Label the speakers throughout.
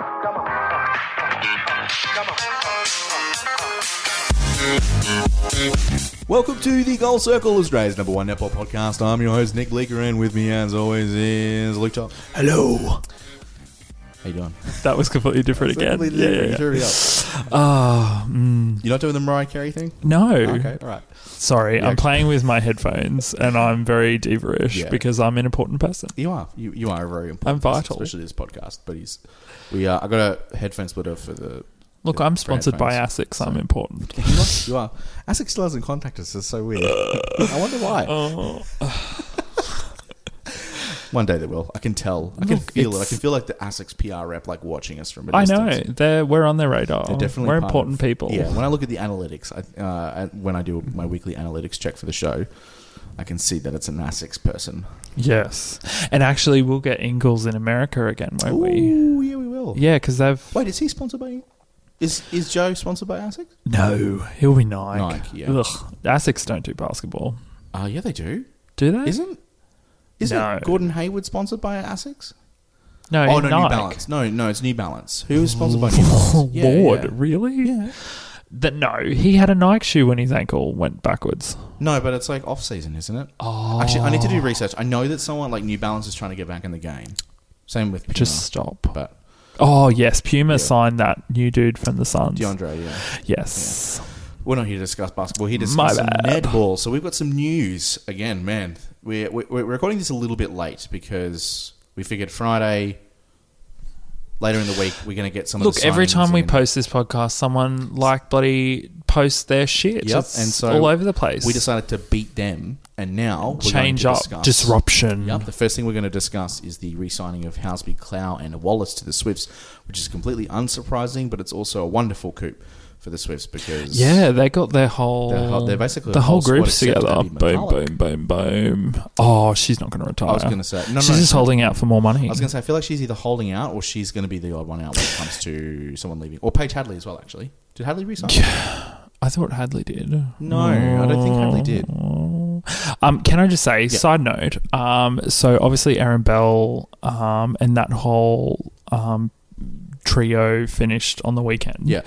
Speaker 1: come on, come on.
Speaker 2: Welcome to the Goal Circle, Australia's number one netball podcast. I'm your host Nick Leaker, and with me, as always, is Luke Top. Hello. How you doing?
Speaker 3: That was completely different again. Yeah, yeah, yeah.
Speaker 2: Hurry up.
Speaker 3: Ah, mm,
Speaker 2: You're not doing the Mariah Carey thing?
Speaker 3: no.
Speaker 2: Okay, all right.
Speaker 3: Sorry,
Speaker 2: Yeah.
Speaker 3: I'm playing with my headphones and I'm very diva-ish
Speaker 2: Yeah.
Speaker 3: because I'm an important person.
Speaker 2: You are. You, you are a very important.
Speaker 3: I'm
Speaker 2: person,
Speaker 3: vital.
Speaker 2: especially this podcast. But he's. We uh, I got a headphone splitter for the.
Speaker 3: Look,
Speaker 2: the
Speaker 3: I'm
Speaker 2: brand
Speaker 3: sponsored by
Speaker 2: phones.
Speaker 3: ASICS. I'm important.
Speaker 2: You are. You are. ASIC still hasn't contacted us. It's so weird. I wonder why.
Speaker 3: Oh,
Speaker 2: One day they will. I can tell. I can
Speaker 3: Look,
Speaker 2: feel it. I
Speaker 3: it's-
Speaker 2: can feel like the ASIC's PR rep like watching us from a
Speaker 3: I
Speaker 2: distance.
Speaker 3: know. They're, we're on their radar.
Speaker 2: They're definitely
Speaker 3: Oh, we're
Speaker 2: part
Speaker 3: important
Speaker 2: of-
Speaker 3: people.
Speaker 2: Yeah, when I look at the analytics, I, uh, at- when I do my weekly analytics check for the show, I can see that it's an ASICs person.
Speaker 3: Yes. And actually, we'll get Ingalls in America again, won't we?
Speaker 2: Ooh, yeah, we will.
Speaker 3: Yeah, because they've.
Speaker 2: Wait, is he sponsored by? Is is Joe sponsored by ASICs?
Speaker 3: No, he'll be Nike.
Speaker 2: Nike, yeah.
Speaker 3: Ugh, ASICS don't do basketball.
Speaker 2: Uh, yeah, they do.
Speaker 3: Do they?
Speaker 2: Isn't isn't
Speaker 3: No.
Speaker 2: Gordon Hayward sponsored by ASICs?
Speaker 3: No,
Speaker 2: Oh no, New
Speaker 3: Nike.
Speaker 2: Balance. No, no, it's New Balance. Who is sponsored by New Balance? Yeah,
Speaker 3: Lord,
Speaker 2: yeah.
Speaker 3: really? Yeah. That no, he had a Nike shoe when his ankle went backwards.
Speaker 2: No, but it's like off season, isn't it? Oh. Actually, I need to do research. I know that someone like New Balance is trying to get back in the game. Same with Puma,
Speaker 3: Just stop.
Speaker 2: but
Speaker 3: Oh yes, Puma signed that new dude from the Suns.
Speaker 2: DeAndre, yeah.
Speaker 3: Yes.
Speaker 2: We're not here to discuss basketball. Here to
Speaker 3: My
Speaker 2: discuss some
Speaker 3: bad.
Speaker 2: netball. So we've got some news again, man. We're, we're we're recording this a little bit late because we figured Friday later in the week we're going to get some. of
Speaker 3: Look,
Speaker 2: the
Speaker 3: every
Speaker 2: signings
Speaker 3: time we
Speaker 2: in.
Speaker 3: post this podcast, someone like bloody posts their shit.
Speaker 2: Yep,
Speaker 3: It's
Speaker 2: and so
Speaker 3: all over the place.
Speaker 2: we decided to beat them, and now we're
Speaker 3: change
Speaker 2: going
Speaker 3: up
Speaker 2: to discuss-
Speaker 3: disruption.
Speaker 2: Yep, the first thing we're going to discuss is the re-signing of Housby, Clow, and Wallace to the Swifts, which is completely unsurprising, but it's also a wonderful coup for the Swifts because
Speaker 3: Yeah, they got their whole
Speaker 2: Their whole- they're basically
Speaker 3: the
Speaker 2: a
Speaker 3: whole,
Speaker 2: whole squad
Speaker 3: group's
Speaker 2: except
Speaker 3: together.
Speaker 2: Abby
Speaker 3: Boom,
Speaker 2: McCulloch.
Speaker 3: boom, boom, boom. Oh, she's not going to retire.
Speaker 2: I was going to say no,
Speaker 3: she's
Speaker 2: no,
Speaker 3: just
Speaker 2: no.
Speaker 3: holding out for more money.
Speaker 2: I was going to say, I feel like she's either holding out or she's going to be the odd one out when it comes to someone leaving. Or Paige Hadley as well, actually. Did Hadley resign?
Speaker 3: I thought Hadley did.
Speaker 2: No, I don't think Hadley did.
Speaker 3: Um, can I just say, side note? Um, so obviously Aaron Bell um, and that whole um, trio finished on the weekend.
Speaker 2: Yeah.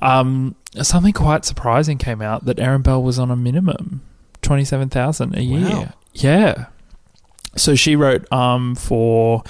Speaker 3: Um, something quite surprising came out that Aaron Bell was on a minimum twenty seven thousand a year.
Speaker 2: Wow.
Speaker 3: Yeah. So she wrote um, for.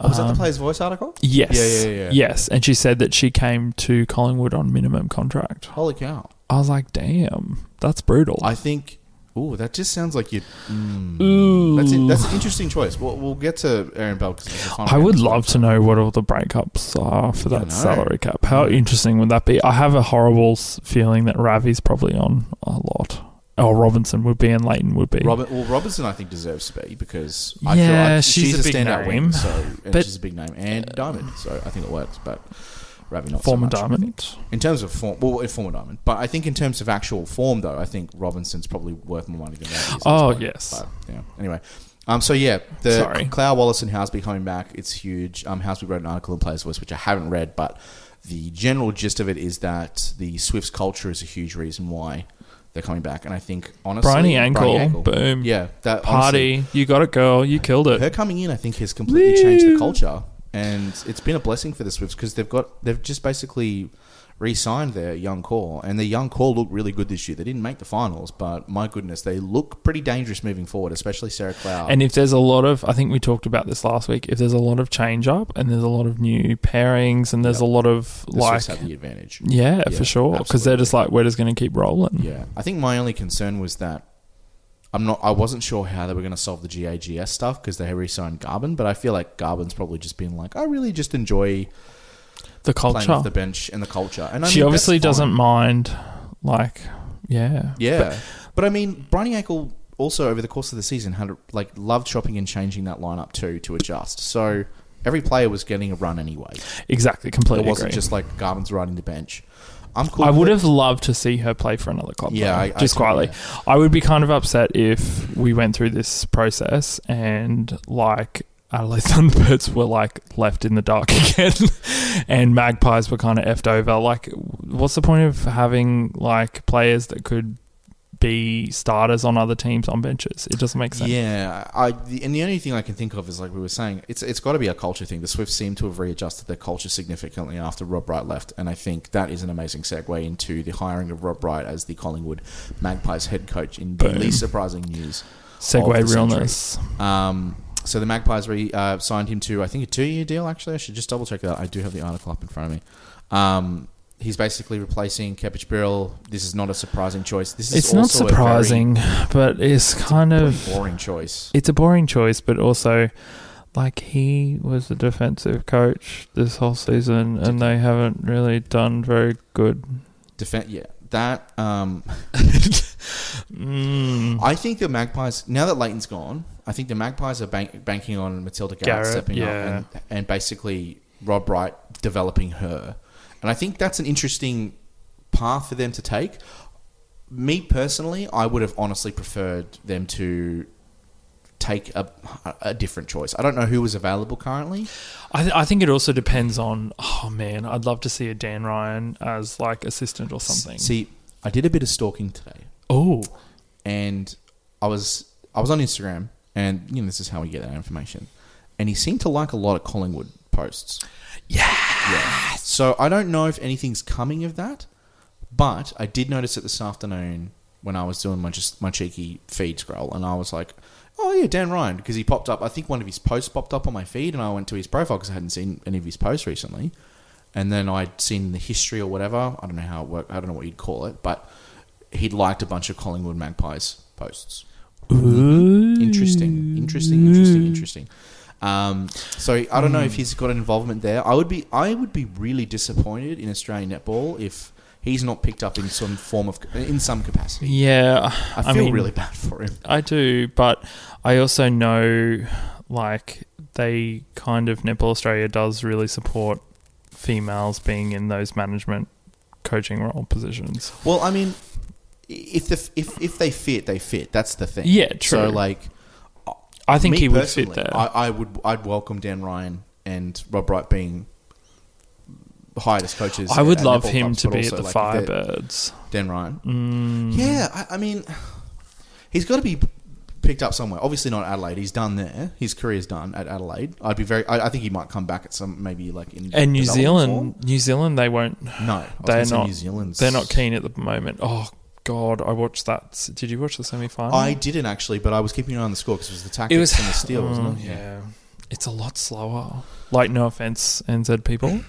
Speaker 2: Oh, was that the
Speaker 3: um,
Speaker 2: Players Voice article?
Speaker 3: Yes.
Speaker 2: Yeah, yeah, yeah, yeah.
Speaker 3: Yes, and she said that she came to Collingwood on minimum contract.
Speaker 2: Holy cow.
Speaker 3: I was like, damn, that's brutal.
Speaker 2: I think. Ooh, that just sounds like you. Mm,
Speaker 3: Ooh.
Speaker 2: that's, in, that's an interesting choice. We'll, we'll get to Aaron Bell. 'cause it's the final
Speaker 3: I would
Speaker 2: round.
Speaker 3: love to know what all the breakups are for
Speaker 2: I know.
Speaker 3: that salary cap. How interesting would that be? I have a horrible s- feeling that Ravi's probably on a lot. Oh, Robinson would be and Leighton would be.
Speaker 2: Robert, well, Robertson, I think, deserves to be because I
Speaker 3: Yeah,
Speaker 2: feel like
Speaker 3: she's
Speaker 2: she's,
Speaker 3: a big
Speaker 2: standout
Speaker 3: name,
Speaker 2: wing, so and
Speaker 3: but-
Speaker 2: she's a big name and Diamond, so I think it works. But Ravi not so
Speaker 3: former
Speaker 2: much.
Speaker 3: diamond.
Speaker 2: In terms of form, well, in former diamond, but I think in terms of actual form, though, I think Robinson's probably worth more money than that. is at this
Speaker 3: Oh,
Speaker 2: point.
Speaker 3: yes.
Speaker 2: But, yeah. Anyway, um, so yeah, the
Speaker 3: Sorry.
Speaker 2: Clow Wallace and Houseby coming back, it's huge. Um, Houseby wrote an article in Players Voice, which I haven't read, but the general gist of it is that the Swifts culture is a huge reason why they're coming back, and I think honestly,
Speaker 3: Bryony Ankle, boom.
Speaker 2: yeah, that honestly,
Speaker 3: Party, you got it, girl. You killed it.
Speaker 2: her coming in, I think, has completely changed the culture, and it's been a blessing for the Swifts because they've got they've just basically re-signed their young core, and their young core looked really good this year. They didn't make the finals, but my goodness, they look pretty dangerous moving forward, especially Sarah Cloud.
Speaker 3: And if there's a lot of, I think we talked about this last week. If there's a lot of change up and there's a lot of new pairings and there's a lot of
Speaker 2: the
Speaker 3: like,
Speaker 2: Swifts have the advantage.
Speaker 3: yeah,
Speaker 2: Yeah,
Speaker 3: for sure, because they're
Speaker 2: absolutely.
Speaker 3: just like, we're just going to keep rolling.
Speaker 2: Yeah, I think my only concern was that I'm not. I wasn't sure how they were going to solve the GAGS stuff because they re-signed Garvin, but I feel like Garvin's probably just been like, I really just enjoy
Speaker 3: The
Speaker 2: playing off
Speaker 3: culture.
Speaker 2: the bench and the culture. And I
Speaker 3: she
Speaker 2: mean,
Speaker 3: obviously
Speaker 2: that's fine.
Speaker 3: doesn't mind, like, yeah,
Speaker 2: Yeah, but, I mean, Bryony Ankle also over the course of the season had like loved shopping and changing that lineup too to adjust. So every player was getting a run anyway.
Speaker 3: exactly,
Speaker 2: It
Speaker 3: completely.
Speaker 2: wasn't
Speaker 3: agree.
Speaker 2: just like Garvin's riding the bench. I'm cool.
Speaker 3: I
Speaker 2: with
Speaker 3: would
Speaker 2: it.
Speaker 3: have loved to see her play for another club.
Speaker 2: Yeah,
Speaker 3: though,
Speaker 2: I- I
Speaker 3: just
Speaker 2: totally
Speaker 3: quietly. I would be kind of upset if we went through this process and like Adelaide Thunderbirds were like left in the dark again, and Magpies were kind of effed over. Like, what's the point of having like players that could be starters on other teams on benches. It doesn't make sense.
Speaker 2: Yeah, I the, and the only thing I can think of is like we were saying, it's it's got to be a culture thing. The Swifts seem to have readjusted their culture significantly after Rob Wright left, and I think that is an amazing segue into the hiring of Rob Wright as the Collingwood Magpies head coach. In the
Speaker 3: Boom.
Speaker 2: least surprising news,
Speaker 3: Segway
Speaker 2: of the century.
Speaker 3: realness.
Speaker 2: Um, so the Magpies re, uh, signed him to, I think, a two-year deal. Actually, I should just double check that. I do have the article up in front of me. Um, he's basically replacing Kepich Birrell. This is not a surprising choice. This is
Speaker 3: It's not
Speaker 2: also a very
Speaker 3: surprising, but it's kind of
Speaker 2: boring choice.
Speaker 3: it's a boring choice, but also like he was the defensive coach this whole season, and they haven't really done very good.
Speaker 2: Defen- yeah, that. Um,
Speaker 3: Mm.
Speaker 2: I think the Magpies. Now that Leighton's gone, I think the Magpies are bank- banking on Matilda Garrett,
Speaker 3: Garrett,
Speaker 2: stepping
Speaker 3: yeah.
Speaker 2: up and, and basically Rob Wright developing her, and I think that's an interesting path for them to take. Me personally, I would have honestly preferred them to take a, a different choice. I don't know who was available currently.
Speaker 3: I, th- I think it also depends on. Oh man, I'd love to see a Dan Ryan as like assistant or something.
Speaker 2: See, I did a bit of stalking today.
Speaker 3: oh,
Speaker 2: and I was I was on Instagram, and you know this is how we get that information. And he seemed to like a lot of Collingwood posts. Yeah. So I don't know if anything's coming of that, but I did notice it this afternoon when I was doing my just my cheeky feed scroll, and I was like, "Oh yeah, Dan Ryan," because he popped up. I think one of his posts popped up on my feed, and I went to his profile because I hadn't seen any of his posts recently. And then I'd seen the history or whatever. I don't know how it worked. I don't know what you'd call it, but he'd liked a bunch of Collingwood Magpies posts.
Speaker 3: Mm-hmm. Hmm.
Speaker 2: Interesting, interesting, interesting, interesting. Um, so I don't know
Speaker 3: Hmm.
Speaker 2: if he's got an involvement there. I would be, I would be really disappointed in Australian netball if he's not picked up in some form of, in some capacity.
Speaker 3: yeah.
Speaker 2: I feel really bad for him.
Speaker 3: I do, but I also know, like, they kind of Netball Australia does really support females being in those management coaching role positions.
Speaker 2: Well, I mean, if the if if they fit, they fit. That's the thing.
Speaker 3: Yeah, true.
Speaker 2: So like,
Speaker 3: I think
Speaker 2: me
Speaker 3: he would fit
Speaker 2: personally,
Speaker 3: there.
Speaker 2: I, I would, I'd welcome Dan Ryan and Rob Wright being hired as coaches.
Speaker 3: I would
Speaker 2: at
Speaker 3: love
Speaker 2: netball
Speaker 3: him
Speaker 2: clubs,
Speaker 3: to
Speaker 2: but
Speaker 3: be at
Speaker 2: also,
Speaker 3: the
Speaker 2: like, if they're-
Speaker 3: Firebirds.
Speaker 2: Dan Ryan.
Speaker 3: Mm,
Speaker 2: Yeah, I, I mean, he's got to be picked up somewhere. Obviously not Adelaide. He's done there. His career's done at Adelaide. I'd be very. I, I think he might come back at some maybe like in
Speaker 3: And New Zealand,
Speaker 2: development
Speaker 3: New Zealand, they won't.
Speaker 2: form. No, I was
Speaker 3: They're
Speaker 2: gonna say
Speaker 3: not-
Speaker 2: New Zealand's.
Speaker 3: They're not keen at the moment. Oh God, I watched that. Did you watch the semi final?
Speaker 2: I didn't actually, but I was keeping an eye on the score because it was the tactics
Speaker 3: It was
Speaker 2: and the steal,
Speaker 3: Oh,
Speaker 2: wasn't it?
Speaker 3: Yeah, it's a lot slower. Like, no offense, NZ people.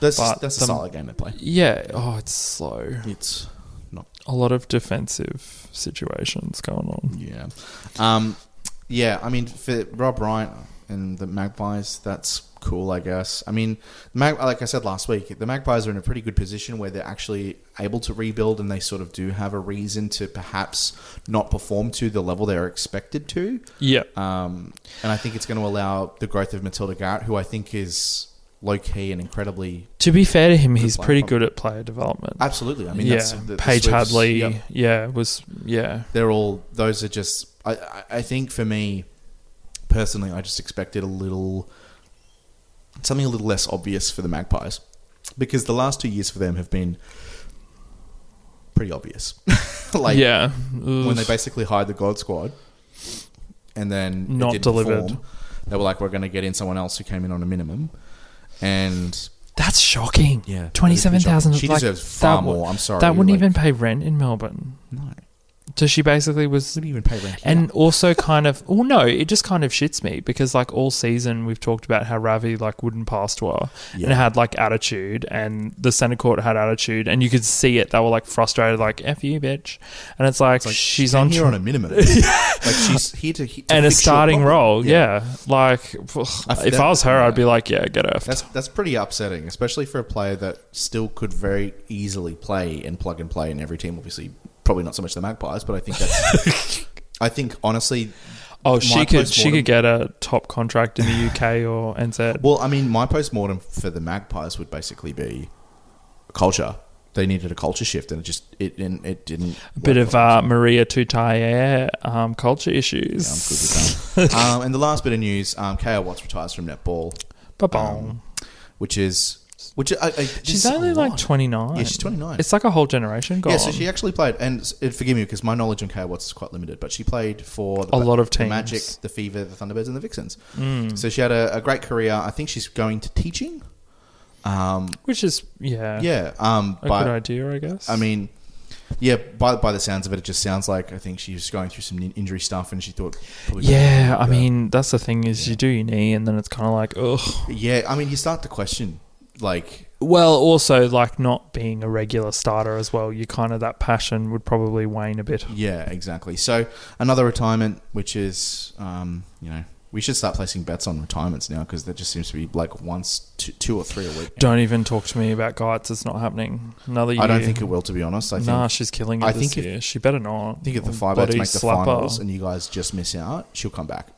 Speaker 2: that's
Speaker 3: But
Speaker 2: that's
Speaker 3: the-
Speaker 2: a solid game they play.
Speaker 3: Yeah. Oh, it's slow.
Speaker 2: It's
Speaker 3: a lot of defensive situations going on.
Speaker 2: yeah, um, yeah. I mean, for Rob Bryant and the Magpies, that's cool, I guess. I mean, the Mag- like I said last week, the Magpies are in a pretty good position where they're actually able to rebuild, and they sort of do have a reason to perhaps not perform to the level they're expected to.
Speaker 3: Yeah.
Speaker 2: Um, and I think it's going to allow the growth of Matilda Garrett, who I think is low key and incredibly
Speaker 3: To be fair to him, he's
Speaker 2: player
Speaker 3: pretty
Speaker 2: problem.
Speaker 3: good at player development.
Speaker 2: absolutely. I mean,
Speaker 3: yeah.
Speaker 2: that's the- the
Speaker 3: Paige
Speaker 2: Swifts-
Speaker 3: Hadley.
Speaker 2: Yep.
Speaker 3: Yeah. Was yeah.
Speaker 2: they're all those are just I- I, I think for me personally I just expected a little something a little less obvious for the magpies because the last two years for them have been pretty obvious like
Speaker 3: yeah.
Speaker 2: when they basically hired the god squad and then it
Speaker 3: Not
Speaker 2: didn't
Speaker 3: delivered.
Speaker 2: perform, they were like we're going to get in someone else who came in on a minimum and
Speaker 3: That's shocking.
Speaker 2: yeah
Speaker 3: Twenty seven thousand.
Speaker 2: she
Speaker 3: like,
Speaker 2: deserves far
Speaker 3: that, wa-
Speaker 2: more I'm sorry
Speaker 3: That wouldn't
Speaker 2: like,
Speaker 3: even pay rent in Melbourne.
Speaker 2: no
Speaker 3: So she basically was.
Speaker 2: wouldn't even pay rent here.
Speaker 3: And also, kind of, well, no, it just kind of shits me because, like, all season we've talked about how Ravi like wouldn't pass to her, and
Speaker 2: Yeah.
Speaker 3: had like attitude and the center court had attitude and you could see it they were like frustrated like f you bitch and it's like,
Speaker 2: It's like she
Speaker 3: she's
Speaker 2: came
Speaker 3: on
Speaker 2: here on a minimum. like she's here to, he- to
Speaker 3: and a
Speaker 2: fix your
Speaker 3: starting
Speaker 2: problem.
Speaker 3: role yeah, like ugh,
Speaker 2: I-
Speaker 3: if
Speaker 2: that-
Speaker 3: i was her
Speaker 2: yeah.
Speaker 3: i'd be like yeah get off
Speaker 2: That's that's pretty upsetting, especially for a player that still could very easily play and plug and play in every team. Obviously, probably not so much the Magpies, but I think that's. I think honestly,
Speaker 3: oh
Speaker 2: my
Speaker 3: she could she
Speaker 2: postmortem-
Speaker 3: could get a top contract in the uk or nz
Speaker 2: Well, I mean, my post mortem for the Magpies would basically be culture. They needed a culture shift, and it just it and it didn't.
Speaker 3: a bit of uh, maria tutaier um, culture issues
Speaker 2: I'm good with that. um, and the last bit of news: um, Ko Watts retires from netball,
Speaker 3: Ba-bong.
Speaker 2: um, which is Which I, I,
Speaker 3: She's only like 29.
Speaker 2: Yeah, she's 29.
Speaker 3: It's like a whole generation gone.
Speaker 2: Yeah, so she actually played, and s- uh, forgive me because my knowledge on Kay Watts is quite limited, but she played for the
Speaker 3: A lot of
Speaker 2: the Magic,
Speaker 3: teams.
Speaker 2: the Fever, the Thunderbirds, and the Vixens.
Speaker 3: Mm.
Speaker 2: So she had a, a great career. I think she's going to teaching. Um,
Speaker 3: Which is, yeah,
Speaker 2: yeah, um,
Speaker 3: a
Speaker 2: but
Speaker 3: good idea, I guess.
Speaker 2: I mean, yeah, by by the sounds of it, it just sounds like I think she was going through some in- injury stuff, and she thought, probably
Speaker 3: yeah, I
Speaker 2: Yeah.
Speaker 3: mean, that's the thing is
Speaker 2: Yeah.
Speaker 3: you do your knee and then it's kind of like, ugh.
Speaker 2: yeah. I mean, you start to question, like,
Speaker 3: Well, also, like not being a regular starter as well, you kind of, that passion would probably wane a bit.
Speaker 2: yeah, exactly. So another retirement, which is, um, you know. We should start placing bets on retirements now because that just seems to be like once, two, two or three a week.
Speaker 3: Don't even talk to me about guides. It's not happening. Another year.
Speaker 2: I don't think it will, to be honest. I think,
Speaker 3: nah, she's killing it
Speaker 2: I
Speaker 3: this
Speaker 2: think if-
Speaker 3: year. she better not.
Speaker 2: I think if the Firebirds
Speaker 3: I'll bloody
Speaker 2: make the
Speaker 3: slap her.
Speaker 2: finals and you guys just miss out, she'll come back.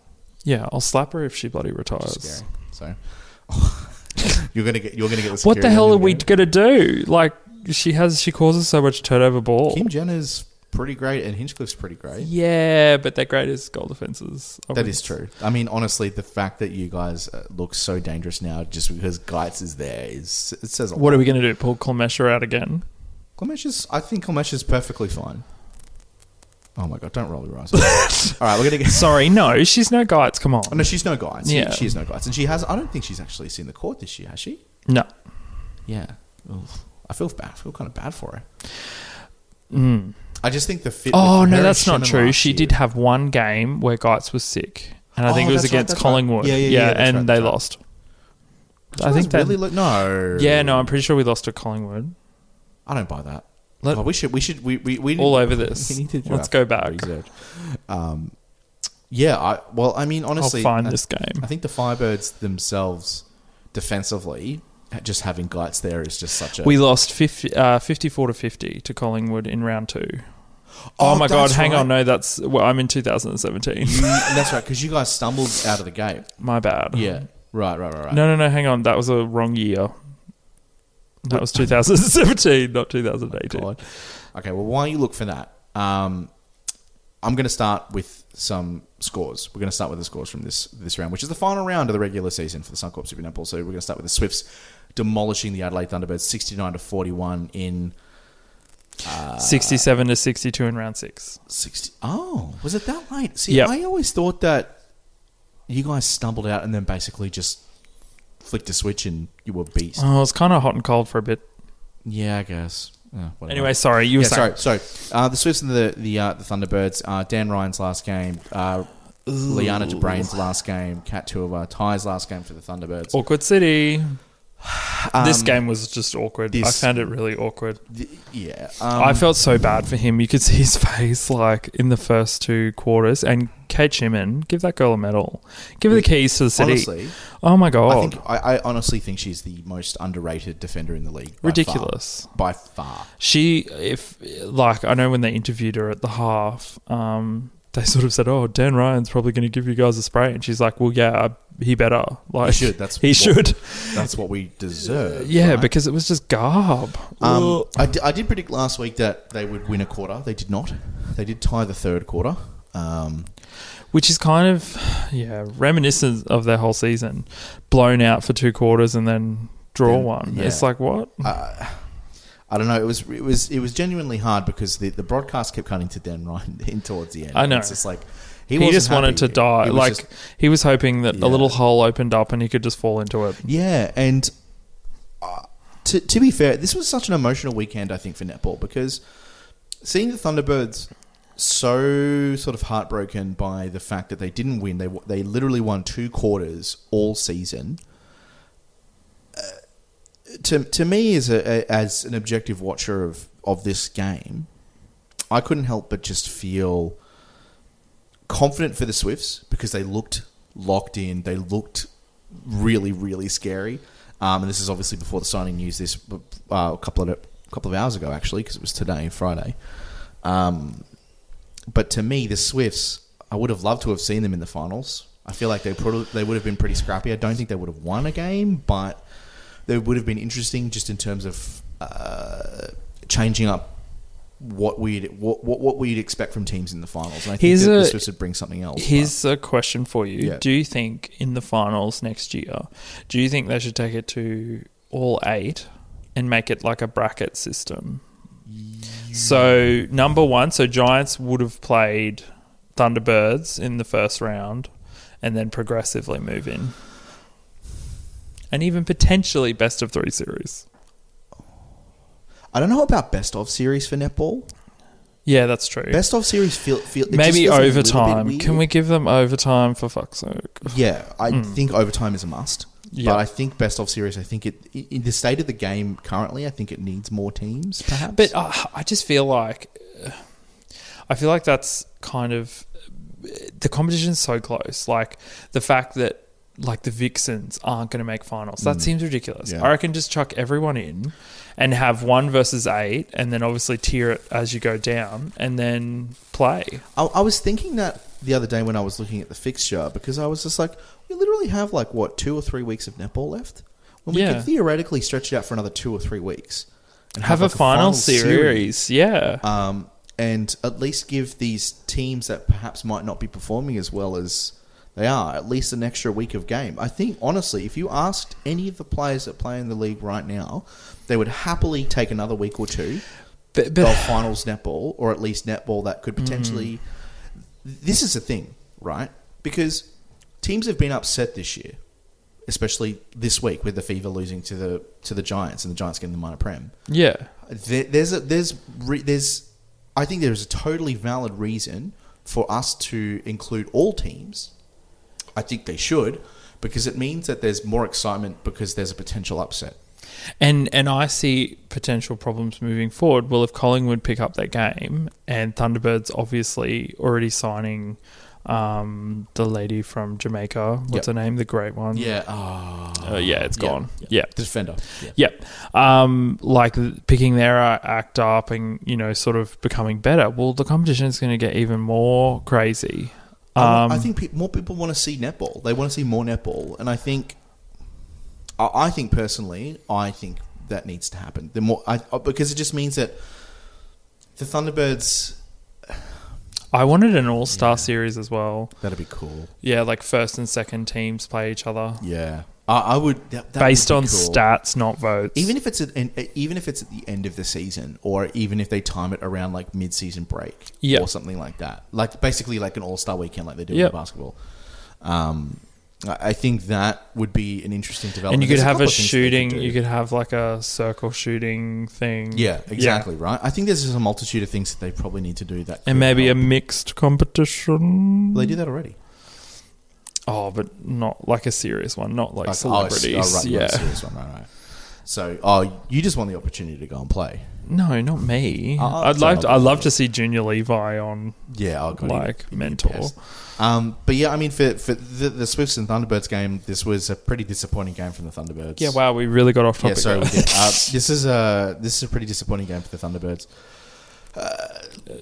Speaker 3: yeah, I'll slap her if she bloody
Speaker 2: Which is
Speaker 3: retires.
Speaker 2: scary. So you're gonna get you're gonna get the
Speaker 3: What
Speaker 2: security
Speaker 3: the hell are
Speaker 2: and
Speaker 3: we
Speaker 2: you're
Speaker 3: gonna do? Like she has, she causes so much turnover ball.
Speaker 2: gonna- Kim Jenner's pretty great and Hinchcliffe's pretty great.
Speaker 3: Yeah, but their greatest goal defenses.
Speaker 2: That is true. I mean, honestly, the fact that you guys uh, look so dangerous now just because Geitz is there is it says a lot.
Speaker 3: What are we gonna do? Pull Kolmesher out again?
Speaker 2: Klemesh is, I think Klemesh is perfectly fine. Oh my god! Don't roll your eyes. All right, we're gonna get.
Speaker 3: Sorry, no, she's no guides. Come
Speaker 2: Oh,
Speaker 3: on,
Speaker 2: no, she's no Geitz. Yeah.
Speaker 3: Yeah.
Speaker 2: She, she's no Geitz, and she has. I don't think she's actually seen the court this year, has she?
Speaker 3: no.
Speaker 2: Yeah. I feel bad. I feel kind of bad for her.
Speaker 3: Mm.
Speaker 2: I just think the fit.
Speaker 3: Oh
Speaker 2: with her
Speaker 3: no,
Speaker 2: and
Speaker 3: that's not
Speaker 2: Shannon
Speaker 3: true.
Speaker 2: last
Speaker 3: She
Speaker 2: year-
Speaker 3: did have one game where Geitz was sick, and I think
Speaker 2: Oh,
Speaker 3: it was
Speaker 2: that's right,
Speaker 3: against
Speaker 2: that's right.
Speaker 3: Collingwood.
Speaker 2: Yeah, yeah, yeah, that's
Speaker 3: and
Speaker 2: right,
Speaker 3: they
Speaker 2: that's right.
Speaker 3: lost.
Speaker 2: She
Speaker 3: I think
Speaker 2: was
Speaker 3: that-
Speaker 2: really. Look, no.
Speaker 3: Yeah, no, I'm pretty sure we lost to Collingwood.
Speaker 2: I don't buy that.
Speaker 3: Let-
Speaker 2: oh, we should. We should. We we, we
Speaker 3: All over this.
Speaker 2: We need to do
Speaker 3: Let's
Speaker 2: our
Speaker 3: go back.
Speaker 2: research. Um, yeah. I well. I mean, honestly,
Speaker 3: I'll find
Speaker 2: I-
Speaker 3: this game.
Speaker 2: I think the Firebirds themselves, defensively, just having Geitz there is just such a.
Speaker 3: We lost 50, uh, 54 to 50 to Collingwood in round two.
Speaker 2: Oh,
Speaker 3: Oh, my God.
Speaker 2: that's
Speaker 3: Hang
Speaker 2: right.
Speaker 3: on. No, that's. Well, I'm in 2017.
Speaker 2: You- that's right, because you guys stumbled out of the gate.
Speaker 3: my bad.
Speaker 2: Yeah. Right. Right. Right. Right.
Speaker 3: Uh-huh. No, no, no. Hang on. That was a wrong year. That was 2017, not 2018.
Speaker 2: God. Okay, well, while you look for that, um, I'm going to start with some scores. We're going to start with the scores from this this round, which is the final round of the regular season for the Suncorp Super Netball. So we're going to start with the Swifts demolishing the Adelaide Thunderbirds 69 to 41 in uh,
Speaker 3: 67 to 62 in round six.
Speaker 2: 60. Oh, was it that late? See,
Speaker 3: Yep.
Speaker 2: I always thought that you guys stumbled out and then basically just flicked a switch and you were beast.
Speaker 3: Oh, it was kind of hot and cold for a bit.
Speaker 2: Yeah, I guess. Yeah, whatever.
Speaker 3: Anyway, sorry. You were
Speaker 2: Yeah,
Speaker 3: saying.
Speaker 2: sorry, sorry. Uh, the Swifts and the the uh, the Thunderbirds. Uh, Dan Ryan's last game. Uh, Liana DeBrain's last game. Cat Tuova. Ty's last game for the Thunderbirds.
Speaker 3: Awkward City. Oh, this
Speaker 2: Um,
Speaker 3: game was just awkward. I
Speaker 2: this-
Speaker 3: found it really awkward.
Speaker 2: th- yeah.
Speaker 3: I
Speaker 2: Um,
Speaker 3: felt so bad for him. You could see his face like in the first two quarters. And Kate Shimon, give that girl a medal. Give her the keys to the city.
Speaker 2: honestly,
Speaker 3: oh my god,
Speaker 2: I think I, I honestly think she's the most underrated defender in the league. by
Speaker 3: ridiculous.
Speaker 2: far. by far.
Speaker 3: She, if like I know when they interviewed her at the half, um, they sort of said, "Oh, Dan Ryan's probably going to give you guys a spray," and she's like, "Well, yeah, uh, he better. Like
Speaker 2: He should. That's
Speaker 3: he
Speaker 2: what-
Speaker 3: should.
Speaker 2: That's what we deserve.
Speaker 3: yeah,
Speaker 2: right?
Speaker 3: because it was just garb.
Speaker 2: Um, I, di- I did predict last week that they would win a quarter. They did not. They did tie the third quarter. Um,
Speaker 3: which is kind of yeah reminiscent of their whole season blown out for two quarters and then draw
Speaker 2: Then-
Speaker 3: one
Speaker 2: yeah.
Speaker 3: it's like what
Speaker 2: uh, I don't know. It was it was it was genuinely hard because the, the broadcast kept cutting to Dan Ryan in towards the end.
Speaker 3: I know.
Speaker 2: It's just like
Speaker 3: he,
Speaker 2: wasn't
Speaker 3: just wanted to
Speaker 2: happy.
Speaker 3: die
Speaker 2: He was
Speaker 3: like
Speaker 2: just-
Speaker 3: he was hoping that
Speaker 2: Yeah.
Speaker 3: a little hole opened up and he could just fall into it
Speaker 2: yeah, and uh, to to be fair, this was such an emotional weekend. I think for netball because seeing the Thunderbirds so sort of heartbroken by the fact that they didn't win. They w- they literally won two quarters all season. Uh, to to me as a, a as an objective watcher of of this game, I couldn't help but just feel confident for the Swifts because they looked locked in. They looked really, really scary. Um, and this is obviously before the signing news. This uh, a couple of a couple of hours ago, actually, because it was today, Friday. Um, but to me, the Swifts, I would have loved to have seen them in the finals. I feel like they probably, they would have been pretty scrappy. I don't think they would have won a game, but they would have been interesting just in terms of uh, changing up what we'd what, what what we'd expect from teams in the finals. And I think
Speaker 3: Here's
Speaker 2: that the
Speaker 3: a-
Speaker 2: Swifts would bring something else. but-
Speaker 3: here's a question for you
Speaker 2: Yeah.
Speaker 3: do you think in the finals next year do you think they should take it to all eight and make it like a bracket system. So number one, so Giants would have played Thunderbirds in the first round, and then progressively move in, and even potentially best of three series.
Speaker 2: I don't know about best of series for netball.
Speaker 3: Yeah, that's true.
Speaker 2: Best of series feel, feel it just
Speaker 3: Maybe
Speaker 2: feels a little bit
Speaker 3: overtime.
Speaker 2: weird.
Speaker 3: Can we give them overtime for fuck's sake?
Speaker 2: Yeah, I think overtime is a must.
Speaker 3: Yeah.
Speaker 2: But I think best of series. I think it i- in the state of the game currently. I think it needs more teams, perhaps.
Speaker 3: But uh, I just feel like uh, I feel like that's kind of the competition's so close. Like the fact that like the Vixens aren't going to make finals. That seems ridiculous.
Speaker 2: Yeah.
Speaker 3: I reckon just chuck everyone in and have one versus eight, and then obviously tier it as you go down, and then play.
Speaker 2: I, I was thinking that the other day when I was looking at the fixture because I was just like, we literally have like what two or three weeks of netball left. When we
Speaker 3: Yeah.
Speaker 2: could theoretically stretch it out for another two or three weeks and
Speaker 3: Have, a,
Speaker 2: like,
Speaker 3: final, series. Yeah.
Speaker 2: um, and at least give these teams that perhaps might not be performing as well as they are at least an extra week of game. I think honestly, if you asked any of the players that play in the league right now, they would happily take another week or two
Speaker 3: But,
Speaker 2: of
Speaker 3: but
Speaker 2: finals netball, or at least netball that could potentially. This is the thing, right? Because teams have been upset this year, especially this week with the Fever losing to the to the Giants and the Giants getting the minor prem
Speaker 3: yeah.
Speaker 2: there, there's a there's re, there's I think there's a totally valid reason for us to include all teams. I think they should because it means that there's more excitement because there's a potential upset.
Speaker 3: And and I see potential problems moving forward. Well, if Collingwood pick up their game and Thunderbirds obviously already signing um, the lady from Jamaica, what's
Speaker 2: Yep.
Speaker 3: her name? The great one.
Speaker 2: Yeah. Oh.
Speaker 3: Uh, yeah, it's gone.
Speaker 2: Yeah.
Speaker 3: Yeah.
Speaker 2: Defender. Yeah.
Speaker 3: Yep. Um, like picking their uh, act up and, you know, sort of becoming better. Well, the competition is going to get even more crazy.
Speaker 2: I-
Speaker 3: Um,
Speaker 2: I think pe- more people want to see netball. They want to see more netball, and I think, I, I think personally, I think that needs to happen. The more I, uh, because it just means that the Thunderbirds.
Speaker 3: I wanted an all star series as well.
Speaker 2: That'd be cool.
Speaker 3: Yeah, like first and second teams play each other
Speaker 2: Yeah, I, I would. That, that
Speaker 3: based
Speaker 2: would
Speaker 3: on
Speaker 2: be cool.
Speaker 3: stats, not votes.
Speaker 2: Even if it's at an, even if it's at the end of the season, or even if they time it around like mid-season break,
Speaker 3: Yeah.
Speaker 2: or something like that, like basically like an All-Star weekend, like they do
Speaker 3: Yeah.
Speaker 2: in basketball. Um, I I think that would be an interesting development.
Speaker 3: and you could
Speaker 2: There's
Speaker 3: have
Speaker 2: couple
Speaker 3: a
Speaker 2: of things that they
Speaker 3: shooting.
Speaker 2: do.
Speaker 3: you could have like a circle shooting thing.
Speaker 2: yeah, exactly right. I think there's just a multitude of things that they probably need to do that,
Speaker 3: And
Speaker 2: could
Speaker 3: maybe a
Speaker 2: help.
Speaker 3: mixed competition.
Speaker 2: they do that already.
Speaker 3: Oh, but not like a serious one, not like,
Speaker 2: Like, oh, it's-
Speaker 3: celebrities.
Speaker 2: oh, right, you want a
Speaker 3: yeah.
Speaker 2: serious one, right, right. So, oh, you just want the opportunity to go and play.
Speaker 3: No, not me.
Speaker 2: Oh,
Speaker 3: I'd
Speaker 2: it's
Speaker 3: like.
Speaker 2: all
Speaker 3: To,
Speaker 2: right.
Speaker 3: I'd love to see Junior Levi on.
Speaker 2: Yeah, oh, I'll go
Speaker 3: Like,
Speaker 2: you'd be
Speaker 3: mentor.
Speaker 2: pissed. Um, but yeah, I mean, for, for the, the Swifts and Thunderbirds game, this was a pretty disappointing game from the Thunderbirds.
Speaker 3: Yeah. Wow. We really got off
Speaker 2: Yeah,
Speaker 3: topic.
Speaker 2: sorry. we
Speaker 3: there.
Speaker 2: did. Uh, this is a this is a pretty disappointing game for the Thunderbirds.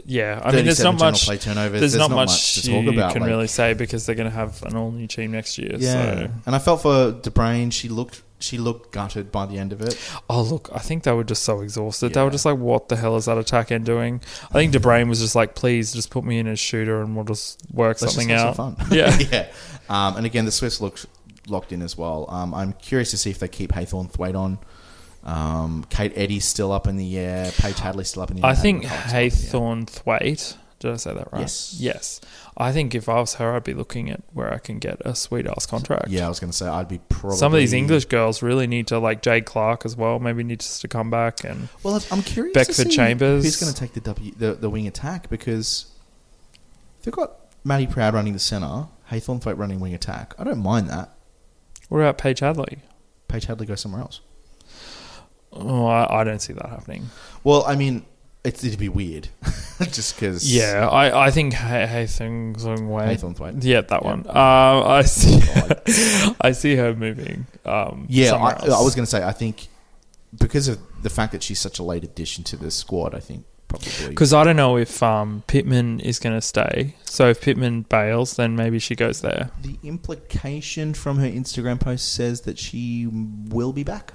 Speaker 3: yeah. I mean, there's
Speaker 2: 37
Speaker 3: not
Speaker 2: general
Speaker 3: much.
Speaker 2: play turnovers.
Speaker 3: There's, not, much,
Speaker 2: to talk
Speaker 3: you
Speaker 2: about.
Speaker 3: can
Speaker 2: like-
Speaker 3: really say because they're going to have an all new team next year.
Speaker 2: yeah.
Speaker 3: So.
Speaker 2: And I felt for DeBrain. She looked she looked gutted by the end of it.
Speaker 3: Oh look, I think they were just so exhausted. They
Speaker 2: Yeah.
Speaker 3: were just like, "What the hell is that attack end doing?" I think DeBrain was just like, "Please, just put me in as shooter, and we'll just work
Speaker 2: Let's
Speaker 3: something
Speaker 2: just
Speaker 3: out."
Speaker 2: have some fun.
Speaker 3: Yeah.
Speaker 2: yeah. Um, and again, the Swifts looked locked in as well. Um, I'm curious to see if they keep Haythorn Thwaite on. Um, Kate Eddy's still up in the air. Paige Hadley's still up in the air.
Speaker 3: I think
Speaker 2: Adam McCullough's still up in the air.
Speaker 3: Haythorn Thwaite. Did I say that right?
Speaker 2: Yes.
Speaker 3: Yes. I think if I was her, I'd be looking at where I can get a sweet ass contract.
Speaker 2: Yeah, I was going to say I'd be probably
Speaker 3: Some of these English girls really need to like Jade Clark as well. Maybe needs to come back and
Speaker 2: Well, I'm curious.
Speaker 3: Beckford
Speaker 2: to see
Speaker 3: Chambers.
Speaker 2: Who's going to take the W the, the wing attack because they've got Matty Proud running the center, Haythorn Thwaite running wing attack. I don't mind that.
Speaker 3: what about Paige Hadley?
Speaker 2: Paige Hadley goes somewhere else.
Speaker 3: Oh, I, I don't see that happening.
Speaker 2: Well, I mean, it's, it'd be weird, just because.
Speaker 3: Yeah, I, I think Hay- Haythorn Thwaite.
Speaker 2: Haythorn Thwaite.
Speaker 3: Yeah, that
Speaker 2: Yeah.
Speaker 3: one. Um, I see. I see her moving. Um,
Speaker 2: Yeah, I,
Speaker 3: somewhere
Speaker 2: I
Speaker 3: else.
Speaker 2: was going to say I think because of the fact that she's such a late addition to the squad, I think probably
Speaker 3: because I don't know if um, Pittman is going to stay. So if Pittman bails, then maybe she goes there.
Speaker 2: the implication from her Instagram post says that she will be back,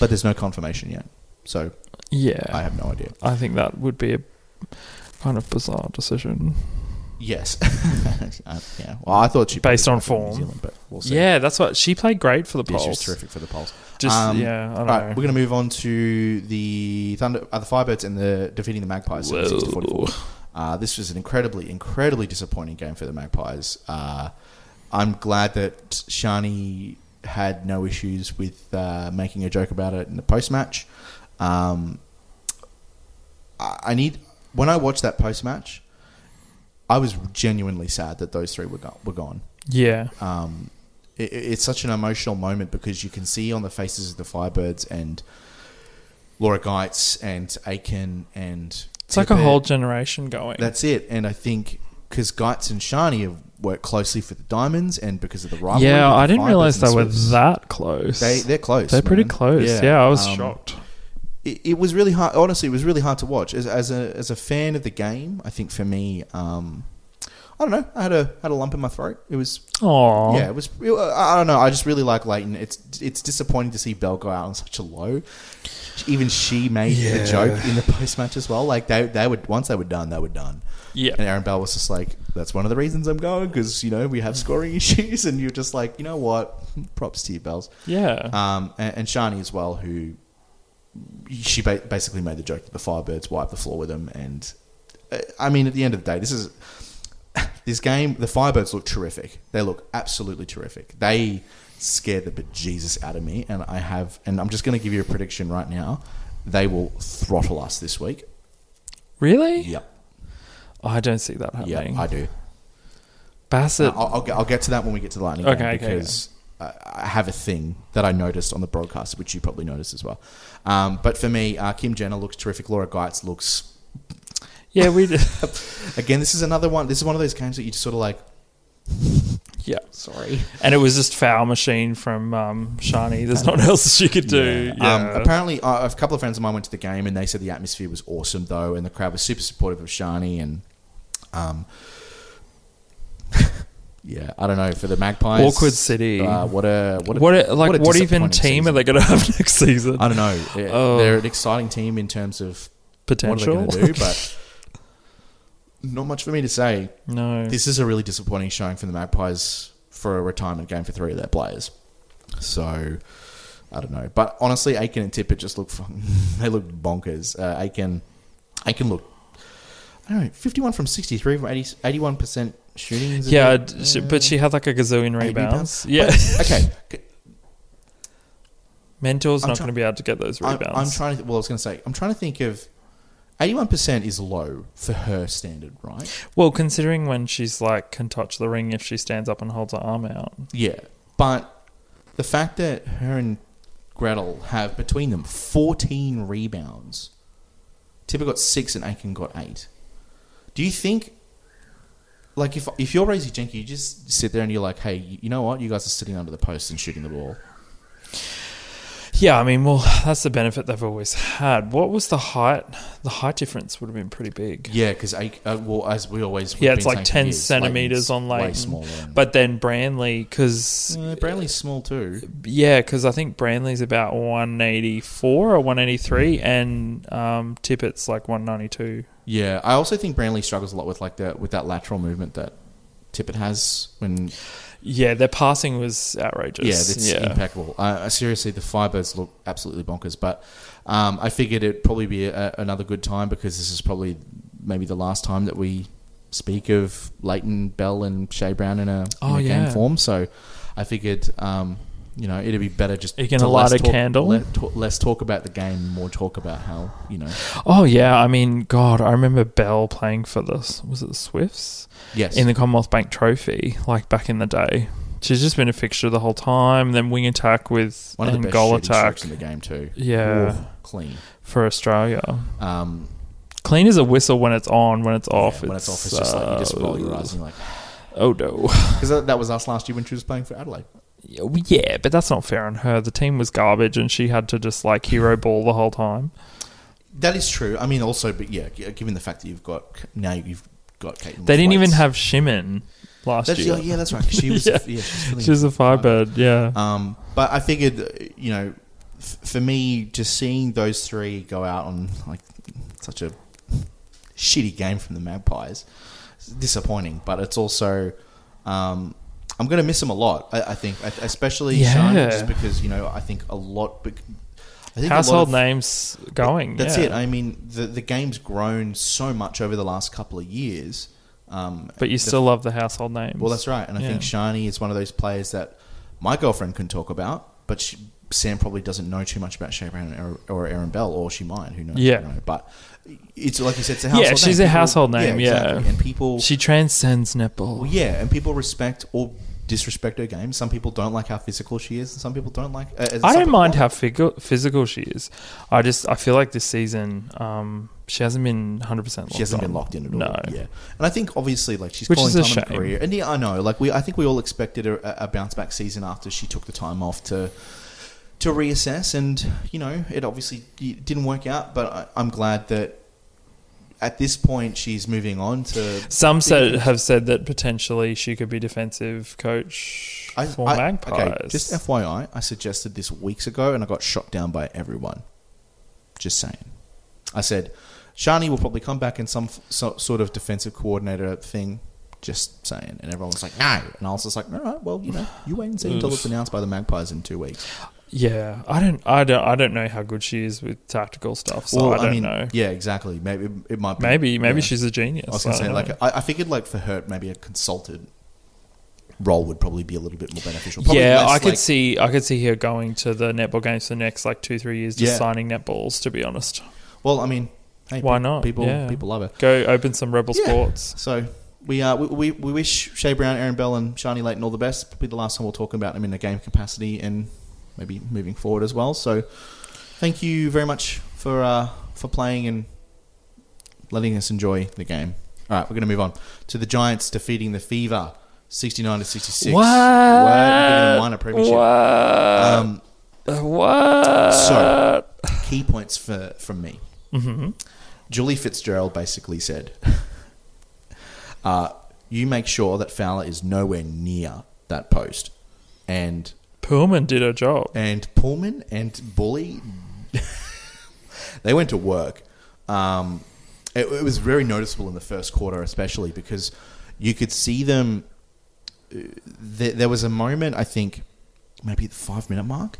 Speaker 2: but there's no confirmation yet, so I
Speaker 3: Yeah,
Speaker 2: have no idea.
Speaker 3: I, think that would be a kind of bizarre decision.
Speaker 2: Yes. Uh, yeah. Well, I thought she
Speaker 3: Based
Speaker 2: played
Speaker 3: on
Speaker 2: for New
Speaker 3: form.
Speaker 2: Zealand, but we'll see.
Speaker 3: Yeah, that's what she played great for the
Speaker 2: Yeah,
Speaker 3: Poles.
Speaker 2: she was terrific for the Poles.
Speaker 3: Just
Speaker 2: Um,
Speaker 3: yeah, I
Speaker 2: All
Speaker 3: don't
Speaker 2: right,
Speaker 3: know.
Speaker 2: we're going to move on to the Thunder, uh, the Firebirds, and the defeating the Magpies,
Speaker 3: Whoa.
Speaker 2: 76 to 44. Uh, this was an incredibly, incredibly disappointing game for the Magpies. Uh, I'm glad that Shani had no issues with uh, making a joke about it in the post match. Um, I, I need when I watched that post match, I was genuinely sad that those three were go- were gone
Speaker 3: yeah,
Speaker 2: um, it, it- it's such an emotional moment because you can see on the faces of the Firebirds and Laura Geitz and Aiken and
Speaker 3: it's like a
Speaker 2: Tippett.
Speaker 3: whole generation going.
Speaker 2: That's it, and I think because Geitz and Shani have worked closely for the Diamonds and because of the rivalry. with the
Speaker 3: yeah, I didn't
Speaker 2: Firebirds
Speaker 3: realize
Speaker 2: and the
Speaker 3: they were
Speaker 2: Swifts,
Speaker 3: that close.
Speaker 2: They they're close.
Speaker 3: They're pretty
Speaker 2: man.
Speaker 3: close. Yeah, I was
Speaker 2: um,
Speaker 3: shocked.
Speaker 2: it, it was really hard. Honestly, it was really hard to watch as, as a as a fan of the game. I think for me, um, I don't know. I had a had a lump in my throat. It was
Speaker 3: Oh,
Speaker 2: Yeah, it was. it- I I don't know. I just really like Leighton. It's it's disappointing to see Bell go out on such a low. Even she made the
Speaker 3: Yeah.
Speaker 2: joke in the post match as well. Like they they would once they were done, they were done.
Speaker 3: Yeah.
Speaker 2: And Aaron Bell was just like, "That's one of the reasons I'm going because you know we
Speaker 3: Mm.
Speaker 2: have scoring issues." And you're just like, you know what? Props to you, Bells.
Speaker 3: yeah.
Speaker 2: Um, and, and Shani as well, who she ba- basically made the joke that the Firebirds wiped the floor with them. And uh, I mean, at the end of the day, this is this game. The Firebirds look terrific. They look absolutely terrific. They scared the bejesus out of me, and I have. And I'm just going to give you a prediction right now. They will throttle us this week.
Speaker 3: really? Oh,
Speaker 2: Yep,
Speaker 3: I don't see that
Speaker 2: yep,
Speaker 3: happening.
Speaker 2: I do.
Speaker 3: Bassett.
Speaker 2: I'll, I'll, get, I'll get to that when we get to the lightning
Speaker 3: Okay,
Speaker 2: game
Speaker 3: okay,
Speaker 2: because I I have a thing that I noticed on the broadcast, which you probably noticed as well. Um, but for me, uh, Kim Jenner looks terrific. Laura Geitz looks.
Speaker 3: yeah, we. Did.
Speaker 2: Again, this is another one. This is one of those games that you just sort of like.
Speaker 3: yeah,
Speaker 2: Sorry.
Speaker 3: and it was just foul machine from um, Shani. There's not else she could do. Yeah.
Speaker 2: Um, apparently, uh, a couple of friends of mine went to the game and they said the atmosphere was awesome though, and the crowd was super supportive of Shani and. Um, yeah, I don't know for the Magpies.
Speaker 3: Awkward city.
Speaker 2: Uh, what a what a,
Speaker 3: what a, like
Speaker 2: a
Speaker 3: what, even
Speaker 2: disappointing
Speaker 3: team
Speaker 2: season. Uh,
Speaker 3: are they going to have next season?
Speaker 2: I don't know. Yeah,
Speaker 3: Oh.
Speaker 2: They're an exciting team in terms of
Speaker 3: Potential.
Speaker 2: what are they going to do, but not much for me to say.
Speaker 3: no.
Speaker 2: This is a really disappointing showing from the Magpies for a retirement game for three of their players. So I don't know, but honestly, Aiken and Tippett just look fucking- they look bonkers. Uh, Aiken, Aiken look. I don't know, fifty-one from sixty-three from 80, 81 percent shooting. is it?
Speaker 3: yeah, d- she- but she had like a gazillion
Speaker 2: Eight rebounds.
Speaker 3: rebounds. Yeah,
Speaker 2: But- okay, c-
Speaker 3: Mentor's
Speaker 2: I'm
Speaker 3: not
Speaker 2: try-
Speaker 3: going to be able to get those
Speaker 2: I'm,
Speaker 3: rebounds.
Speaker 2: I'm trying to. Well, I was going to say, I'm trying to think of. Eighty-one percent is low for her standard, right?
Speaker 3: well, considering when she's like can touch the ring if she stands up and holds her arm out.
Speaker 2: Yeah, but the fact that her and Gretel have between them fourteen rebounds. Tipper got six and Aiken got eight. Do you think, like, if if you're Razy Jenky, you just sit there and you're like, hey, you you know what? You guys are sitting under the post and shooting the ball.
Speaker 3: Yeah, I mean, well, that's the benefit they've always had. What was the height? The height difference would have been pretty big.
Speaker 2: Yeah, because uh, well, as we always we've
Speaker 3: Yeah, it's
Speaker 2: been saying
Speaker 3: like
Speaker 2: for
Speaker 3: 10
Speaker 2: years,
Speaker 3: centimeters on
Speaker 2: Leighton's
Speaker 3: Leighton,
Speaker 2: way smaller. than-
Speaker 3: But then Branley, because
Speaker 2: Uh, Brownlee's small too.
Speaker 3: yeah, because I think Branley's about one eighty four or one eighty three, and um, Tippett's like one ninety two.
Speaker 2: Yeah, I also think Branley struggles a lot with like the with that lateral movement that Tippett has when
Speaker 3: Yeah, their passing was outrageous.
Speaker 2: yeah, that's impeccable. Uh, Uh, seriously, the Firebirds look absolutely bonkers. But um, I figured it'd probably be a, another good time because this is probably maybe the last time that we speak of Leighton Bell and Shea Brown in a, in
Speaker 3: Oh,
Speaker 2: a
Speaker 3: yeah.
Speaker 2: game form. So I figured. Um, you know, it'd be better just
Speaker 3: You can
Speaker 2: to
Speaker 3: light
Speaker 2: less
Speaker 3: a
Speaker 2: talk-
Speaker 3: candle.
Speaker 2: let- ta- less talk about the game, more talk about how you know.
Speaker 3: Oh yeah, I mean, God, I remember Bell playing for this. Was it the Swifts
Speaker 2: Yes,
Speaker 3: in the Commonwealth Bank Trophy, like back in the day? She's just been a fixture the whole time. Then wing attack with
Speaker 2: one of the
Speaker 3: and
Speaker 2: best
Speaker 3: goal
Speaker 2: shooting
Speaker 3: attack
Speaker 2: strokes in the game too.
Speaker 3: Yeah.
Speaker 2: Ooh, clean.
Speaker 3: for Australia.
Speaker 2: Um,
Speaker 3: Clean as a whistle when it's on, when it's off.
Speaker 2: yeah, when it's off, it's just like you just roll your
Speaker 3: uh,
Speaker 2: eyes and you're like,
Speaker 3: Oh no.
Speaker 2: because that, that was us last year when she was playing for Adelaide.
Speaker 3: Yeah, but that's not fair on her. The team was garbage, and she had to just like hero ball the whole time.
Speaker 2: That is true. I mean, also, but yeah, g- given the fact that you've got now you've got Kate.
Speaker 3: They didn't even
Speaker 2: Thwaites.
Speaker 3: have Shimon last
Speaker 2: That's,
Speaker 3: year.
Speaker 2: yeah, yeah, that's right. 'cause She was.
Speaker 3: Yeah.
Speaker 2: yeah. she's really-
Speaker 3: She was a firebird. Yeah,
Speaker 2: Um, but I figured, uh, you know, f- for me, just seeing those three go out on like such a shitty game from the Magpies, disappointing, but it's also um, I'm going to miss him a lot. I, I think, I- especially
Speaker 3: Yeah.
Speaker 2: Shani, just because you know I think a lot. bec- I think a lot
Speaker 3: Household
Speaker 2: of-
Speaker 3: names going.
Speaker 2: That's
Speaker 3: yeah.
Speaker 2: it. I mean, the the game's grown so much over the last couple of years. Um,
Speaker 3: but you
Speaker 2: the
Speaker 3: still love the household names.
Speaker 2: well, that's right. And I
Speaker 3: Yeah.
Speaker 2: think Shani is one of those players that my girlfriend can talk about, but she, Sam probably doesn't know too much about Shea Brown or, or Aaron Bell, or she might. Who knows?
Speaker 3: Yeah.
Speaker 2: I don't know. But it's like you said, it's a
Speaker 3: Yeah,
Speaker 2: household name.
Speaker 3: she's a household name, yeah.
Speaker 2: Exactly. And people,
Speaker 3: She transcends netball.
Speaker 2: well, yeah, and people respect or disrespect her game. Some people don't like how physical she is, and some people don't like. Uh,
Speaker 3: I don't mind
Speaker 2: how.
Speaker 3: how figu- physical she is. I just I feel like this season um, she hasn't been 100 percent.
Speaker 2: She hasn't been locked in at all.
Speaker 3: No.
Speaker 2: Yeah, and I think obviously like she's
Speaker 3: Which
Speaker 2: calling
Speaker 3: is a
Speaker 2: time in
Speaker 3: shame.
Speaker 2: her career, and yeah, I know. Like we, I think we all expected a, a bounce back season after she took the time off to to reassess, and you know it obviously it didn't work out. But I, I'm glad that at this point she's moving on to.
Speaker 3: Some said have said that potentially she could be defensive coach
Speaker 2: I,
Speaker 3: for
Speaker 2: I-
Speaker 3: Magpies.
Speaker 2: okay, just FYI, I suggested this weeks ago, and I got shot down by everyone. Just saying. I said, Shani will probably come back in some f- so, sort of defensive coordinator thing. Just saying. And everyone was like, no. And I was just like, all right, well, you know, you wait and see until it's announced by the Magpies in two weeks.
Speaker 3: yeah, I don't, I don't, I don't know how good she is with tactical stuff. So I don't know.
Speaker 2: yeah, exactly. Maybe it might be.
Speaker 3: Maybe, maybe
Speaker 2: yeah.
Speaker 3: she's "Oh, a genius.
Speaker 2: I was going to say,
Speaker 3: don't
Speaker 2: like, uh,
Speaker 3: know.
Speaker 2: I, I figured, like, for her, maybe a consulted role would probably be a little bit more beneficial. Probably
Speaker 3: yeah,
Speaker 2: less,
Speaker 3: I could
Speaker 2: like-
Speaker 3: see, I could see her going to the netball games for the next like two, three years, just
Speaker 2: Yeah.
Speaker 3: signing netballs. To be honest,
Speaker 2: Well, I mean, hey,
Speaker 3: Why
Speaker 2: pe-
Speaker 3: not?
Speaker 2: People,
Speaker 3: Yeah.
Speaker 2: people love her.
Speaker 3: go open some Rebel
Speaker 2: Yeah.
Speaker 3: Sports.
Speaker 2: So we, uh, we, we, we wish Shea Brown, Aaron Bell, and Shani Layton all the best. Probably the last time we'll talk about them in a game capacity and maybe moving forward as well. So thank you very much for uh, for playing and letting us enjoy the game. All right, we're going to move on to the Giants defeating the Fever, sixty nine to sixty six.
Speaker 3: What?
Speaker 2: Minor premiership. Um,
Speaker 3: What?
Speaker 2: So, key points for from me. Julie Fitzgerald basically said, uh, "You make sure that Fowler is nowhere near that post, and
Speaker 3: Pullman did her job.
Speaker 2: and Pullman and Bully, they went to work. Um, it, it was very noticeable in the first quarter, especially because you could see them. uh, There, there was a moment, I think, maybe at the five minute mark,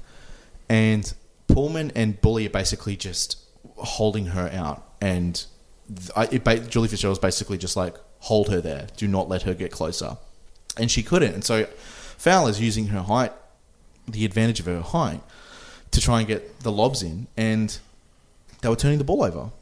Speaker 2: and Pullman and Bully are basically just holding her out, and th- I, it, ba- Julie Fitzgerald was basically just like, "Hold her there. Do not let her get closer," and she couldn't. And so Fowler's using her height, the advantage of her height, to try and get the lobs in, and they were turning the ball over.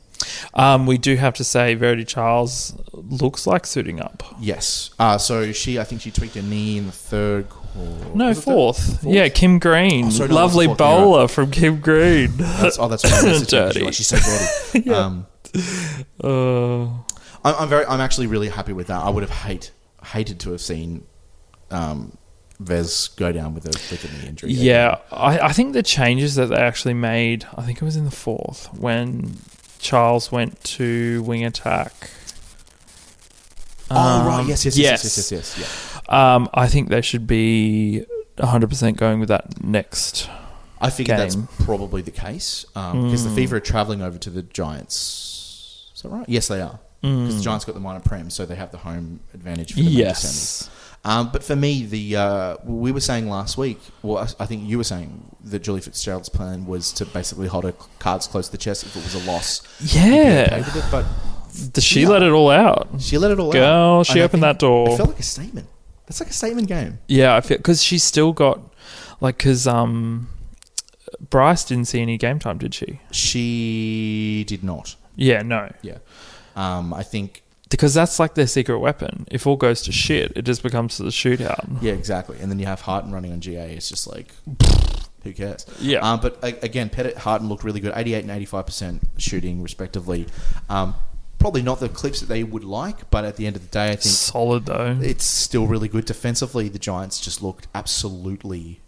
Speaker 3: Um, we do have to say Verity Charles looks like suiting up.
Speaker 2: Yes. Uh, so she, I think she tweaked her knee in the third quarter.
Speaker 3: No,
Speaker 2: Was it third?
Speaker 3: fourth. Yeah, Kim Green.
Speaker 2: Oh, sorry, no,
Speaker 3: Lovely
Speaker 2: that's fourth, you're
Speaker 3: bowler from Kim Green.
Speaker 2: That's, oh, that's right. That's
Speaker 3: Dirty.
Speaker 2: She's so dirty. um,
Speaker 3: Uh,
Speaker 2: I'm, I'm very. I'm actually really happy with that. I would have hate hated to have seen um, Vez go down with a with a knee injury.
Speaker 3: yeah, I, I think the changes that they actually made, I think it was in the fourth when Charles went to wing attack.
Speaker 2: Oh right.
Speaker 3: Um,
Speaker 2: Yes. Yes. Yes. Yes. Yes. Yes. yes, yeah.
Speaker 3: Um, I think they should be 100% going with that next.
Speaker 2: I figured
Speaker 3: Game. Mm.
Speaker 2: that's probably the case because the Fever are traveling over to the Giants. Is that right? Yes, they are because the Giants got the minor prem, so they have the home advantage. for the Manchester
Speaker 3: Mm. Yes.
Speaker 2: Um, but for me, the uh, we were saying last week. Well, I, I think you were saying that Julie Fitzgerald's plan was to basically hold her cards close to the chest if it was a loss. you'd be okay
Speaker 3: Yeah.
Speaker 2: with it, but
Speaker 3: The- She let it all out.
Speaker 2: she let it all out.
Speaker 3: Girl, she
Speaker 2: And I
Speaker 3: opened
Speaker 2: think
Speaker 3: that door.
Speaker 2: It felt like a statement. That's like a statement game.
Speaker 3: Yeah, I feel because she's still got like because um, Bryce didn't see any game time, did she?
Speaker 2: She did not.
Speaker 3: Yeah, no,
Speaker 2: Yeah. Um, I think.
Speaker 3: because that's like their secret weapon. If all goes to shit, it just becomes the shootout.
Speaker 2: Yeah, exactly. And then you have Harton running on GA. It's just like, who cares?
Speaker 3: Yeah.
Speaker 2: Um, but a- again, Pettit Harton looked really good. 88 and 85 percent shooting, respectively. Um, probably not the clips that they would like, but at the end of the day, I think
Speaker 3: Solid though.
Speaker 2: it's still really good defensively. The Giants just looked absolutely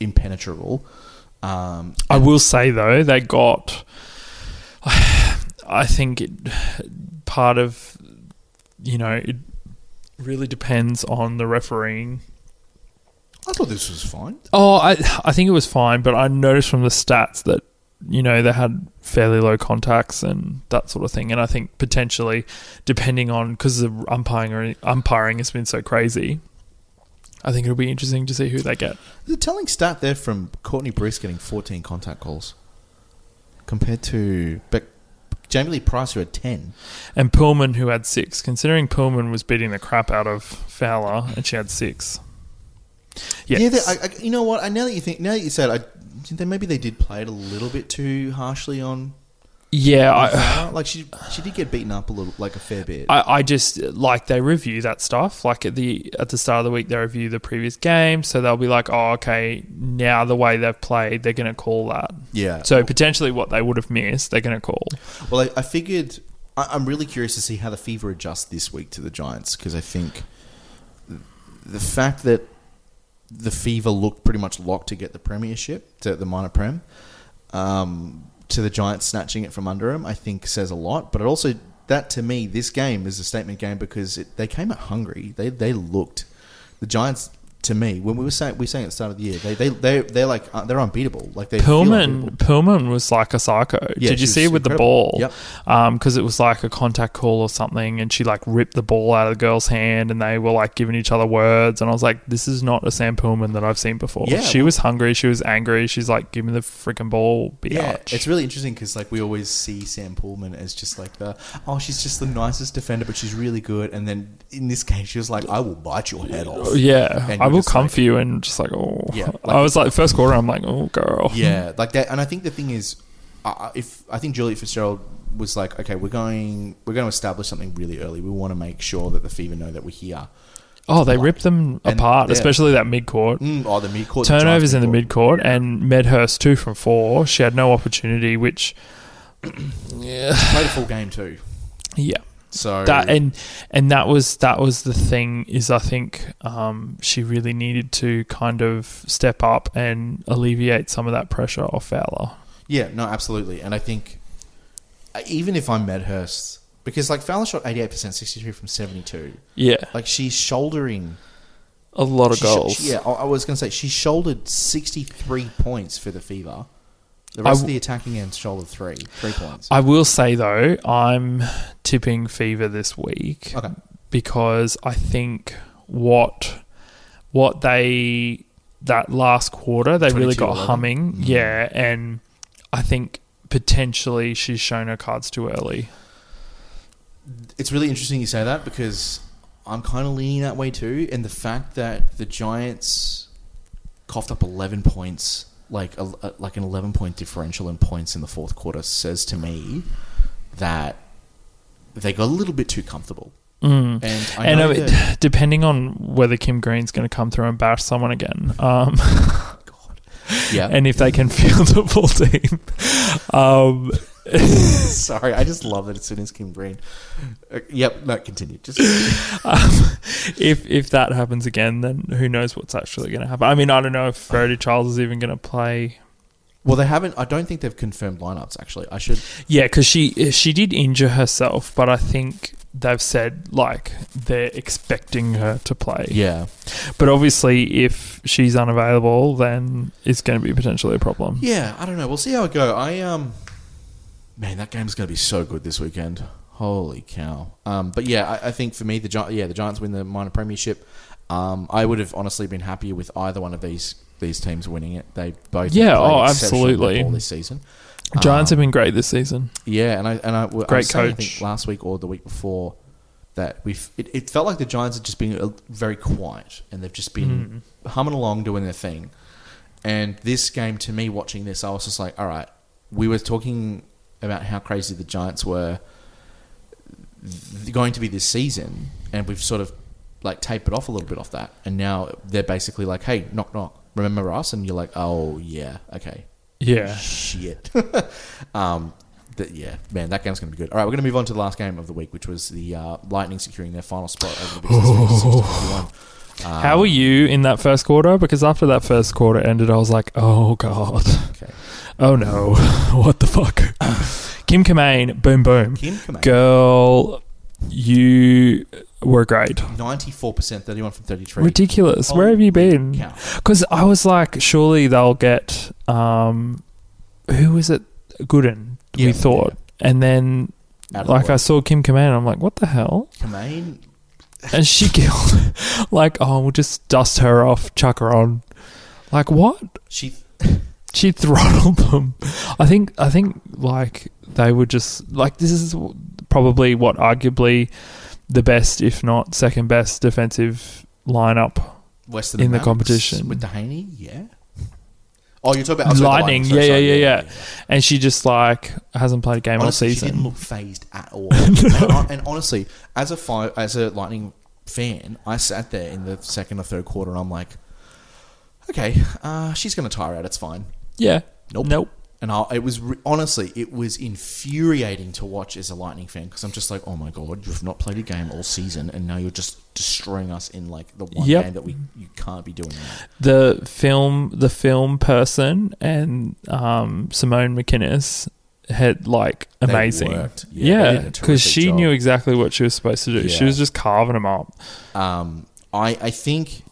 Speaker 2: impenetrable. Um,
Speaker 3: I will say though, they got. I think it, part of, you know, it really depends on the refereeing.
Speaker 2: I thought this was fine.
Speaker 3: Oh, I I think it was fine, but I noticed from the stats that you know, they had fairly low contacts and that sort of thing. And I think potentially, depending on because the umpiring umpiring has been so crazy, I think it'll be interesting to see who they get.
Speaker 2: There's a telling stat there from Courtney Bruce getting 14 contact calls compared to Beck. Jamie Lee Price, who had 10.
Speaker 3: And Pillman, who had six, considering Pillman was beating the crap out of Fowler, and she had six. Yes.
Speaker 2: Yeah, they- I, I, you know what? I, now that you think, now that you said, I, they, maybe they did play it a little bit too harshly on.
Speaker 3: yeah. I,
Speaker 2: Farah. like she, she did get beaten up a little, like a fair bit.
Speaker 3: I, I just like they review that stuff. Like at the at the start of the week, they review the previous game, so they'll be like, "Oh, okay, now the way they've played, they're going to call that."
Speaker 2: yeah.
Speaker 3: So potentially, what they would have missed, they're going to call.
Speaker 2: Well, I, I figured I, I'm really curious to see how the Fever adjust this week to the Giants because I think th- the fact that the Fever looked pretty much locked to get the premiership to the minor prem um, to the Giants snatching it from under them, I think says a lot. But it also that to me, this game is a statement game because it, they came out hungry. They they looked the Giants. To me, when we were saying we were saying at the start of the year, they they they they're like uh, they're unbeatable. Like they feel unbeatable.
Speaker 3: Pillman Pillman was like a psycho.
Speaker 2: Yeah,
Speaker 3: Did
Speaker 2: she
Speaker 3: you see
Speaker 2: was
Speaker 3: it with
Speaker 2: incredible.
Speaker 3: the
Speaker 2: Yep.
Speaker 3: ball? Because it was like a contact call or something, and she like ripped the ball out of the girl's hand, and they were like giving each other words, and I was like, this is not a Sam Pillman that I've seen before.
Speaker 2: Yeah,
Speaker 3: she
Speaker 2: well-
Speaker 3: was hungry. She was angry. She's like, give me the freaking ball, bitch.
Speaker 2: Yeah, it's really interesting because like we always see Sam Pullman as just like the oh she's just the nicest defender, but she's really good. And then in this case, she was like, I will bite your head off.
Speaker 3: Oh, Yeah,
Speaker 2: And you're
Speaker 3: I will
Speaker 2: just
Speaker 3: come
Speaker 2: like-
Speaker 3: for you, and just like oh,
Speaker 2: Yeah,
Speaker 3: I was like first quarter, I'm like oh girl,
Speaker 2: Yeah, like that. And I think the thing is, I- I if I think Juliet Fitzgerald was like, okay, we're going we're going to establish something really early. We want to make sure that the Fever know that we're here.
Speaker 3: Oh, they ripped them
Speaker 2: And-
Speaker 3: apart,
Speaker 2: yeah.
Speaker 3: especially that mid court.
Speaker 2: Mm, oh, the mid court
Speaker 3: Turnovers in the mid court and Medhurst two from four. She had no opportunity, which
Speaker 2: played a full game too.
Speaker 3: yeah,
Speaker 2: So
Speaker 3: that and and that was that was the thing is I think um, she really needed to kind of step up and alleviate some of that pressure off Fowler.
Speaker 2: Yeah, no, absolutely. And I think uh, even if I'm Medhurst, because like Fowler shot 88%, 63 from 72.
Speaker 3: Yeah,
Speaker 2: Like she's shouldering
Speaker 3: a lot of
Speaker 2: she sho-
Speaker 3: goals.
Speaker 2: she- yeah, I, I was going to say she shouldered 63 points for the Fever. The
Speaker 3: I
Speaker 2: rest of
Speaker 3: w-
Speaker 2: the attacking end shouldered three, three points.
Speaker 3: I will say though, I'm tipping Fever this week.
Speaker 2: okay.
Speaker 3: because I think what what they that last quarter they really got
Speaker 2: 22-11.
Speaker 3: humming, yeah, and I think potentially she's shown her cards too early.
Speaker 2: It's really interesting you say that because I'm kind of leaning that way too. And the fact that the Giants coughed up 11 points, like a, a- like an 11 point differential in points in the fourth quarter, says to me that they got a little bit too comfortable.
Speaker 3: Mm.
Speaker 2: And I
Speaker 3: And
Speaker 2: know
Speaker 3: uh,
Speaker 2: that-
Speaker 3: depending on whether Kim Green's going to come through and bash someone again, um,
Speaker 2: God. Yeah.
Speaker 3: and if they can field the full team, um,
Speaker 2: Sorry, I just love that it's in his Kim Green. Uh, yep, no, continue. Just
Speaker 3: um, if if that happens again, then who knows what's actually going to happen? I mean, I don't know if Verity Charles is even going to play
Speaker 2: well, they haven't. I don't think they've confirmed lineups. Actually, I should.
Speaker 3: Yeah, because she eh, she did injure herself, but I think they've said like they're expecting her to play.
Speaker 2: Yeah,
Speaker 3: But obviously, if she's unavailable, then it's going to be potentially a problem.
Speaker 2: yeah. I don't know. We'll see how it go. I um, man, that game's gonna be so good this weekend. Holy cow. Um, but yeah, I, I think for me, the Gi- yeah the Giants win the minor premiership. Um, I would have honestly been happier with either one of these these teams winning it. They both have
Speaker 3: Yeah,
Speaker 2: played
Speaker 3: oh,
Speaker 2: exceptional
Speaker 3: absolutely.
Speaker 2: football this season.
Speaker 3: Giants have been great this season.
Speaker 2: Yeah, and I and I, well, I
Speaker 3: Great
Speaker 2: was saying, I
Speaker 3: coach.
Speaker 2: think last week or the week before that we have it, it felt like the Giants had just been uh, very quiet and they've just been
Speaker 3: Mm-hmm.
Speaker 2: humming along doing their thing. And this game, to me, watching this, I was just like, all right, we were talking about how crazy the Giants were th- going to be this season, and we've sort of like tapered off a little bit off that, and now they're basically like, hey, knock knock, remember us? And you're like, oh yeah, okay,
Speaker 3: Yeah,
Speaker 2: Shit. um, that, yeah, man, that game's going to be good. All right, we're going to move on to the last game of the week, which was the uh, Lightning securing their final spot over the Big Six, 56-51. Um,
Speaker 3: Oh. how were you in that first quarter? Because after that first quarter ended, I was like, oh god,
Speaker 2: Okay.
Speaker 3: oh no, what the fuck? Kim Kamane, boom boom,
Speaker 2: Um, Kim Kamei,
Speaker 3: girl, you were great.
Speaker 2: 94%, 31 from 33. Oh,
Speaker 3: Ridiculous. Where have you been?
Speaker 2: Cow.
Speaker 3: Because I was like, surely they'll get um, who was it Gooden,
Speaker 2: Yeah,
Speaker 3: we thought. And then,
Speaker 2: Out of the
Speaker 3: like,
Speaker 2: way.
Speaker 3: I saw Kim Kaman, and I'm like, what the hell?
Speaker 2: Kamane,
Speaker 3: And she killed. like, oh, we'll just dust her off, chuck her on. Like, what?
Speaker 2: she
Speaker 3: She throttled them. I think. I think like they were just like this is probably what arguably the best, if not second best, defensive lineup.
Speaker 2: Western
Speaker 3: In the
Speaker 2: Max
Speaker 3: competition.
Speaker 2: with Dehaney, yeah. Oh, you're talking about outside the
Speaker 3: Lightning,
Speaker 2: Sorry,
Speaker 3: yeah,
Speaker 2: sorry,
Speaker 3: yeah, yeah, And she just like hasn't played a game
Speaker 2: Honestly,
Speaker 3: all
Speaker 2: she didn't
Speaker 3: season.
Speaker 2: look phased at all. and, hon- and honestly, as a fi- as a Lightning fan, I sat there in the second or third quarter, and I'm like, okay, uh, she's going to tire out. It's fine.
Speaker 3: yeah.
Speaker 2: Nope.
Speaker 3: Nope.
Speaker 2: And I, it was re- honestly, it was infuriating to watch as a Lightning fan because I'm just like, oh my god, you've not played a game all season, and now you're just destroying us in like the one
Speaker 3: Yep.
Speaker 2: game that we you can't be doing that.
Speaker 3: The film, the film person, and um, Simone McInnes had like
Speaker 2: They
Speaker 3: amazing.
Speaker 2: worked. Yeah, they
Speaker 3: Yeah,
Speaker 2: did a
Speaker 3: because
Speaker 2: terrific
Speaker 3: she
Speaker 2: job.
Speaker 3: knew exactly what she was supposed to do. She
Speaker 2: Yeah.
Speaker 3: was just carving them up.
Speaker 2: Um, I I think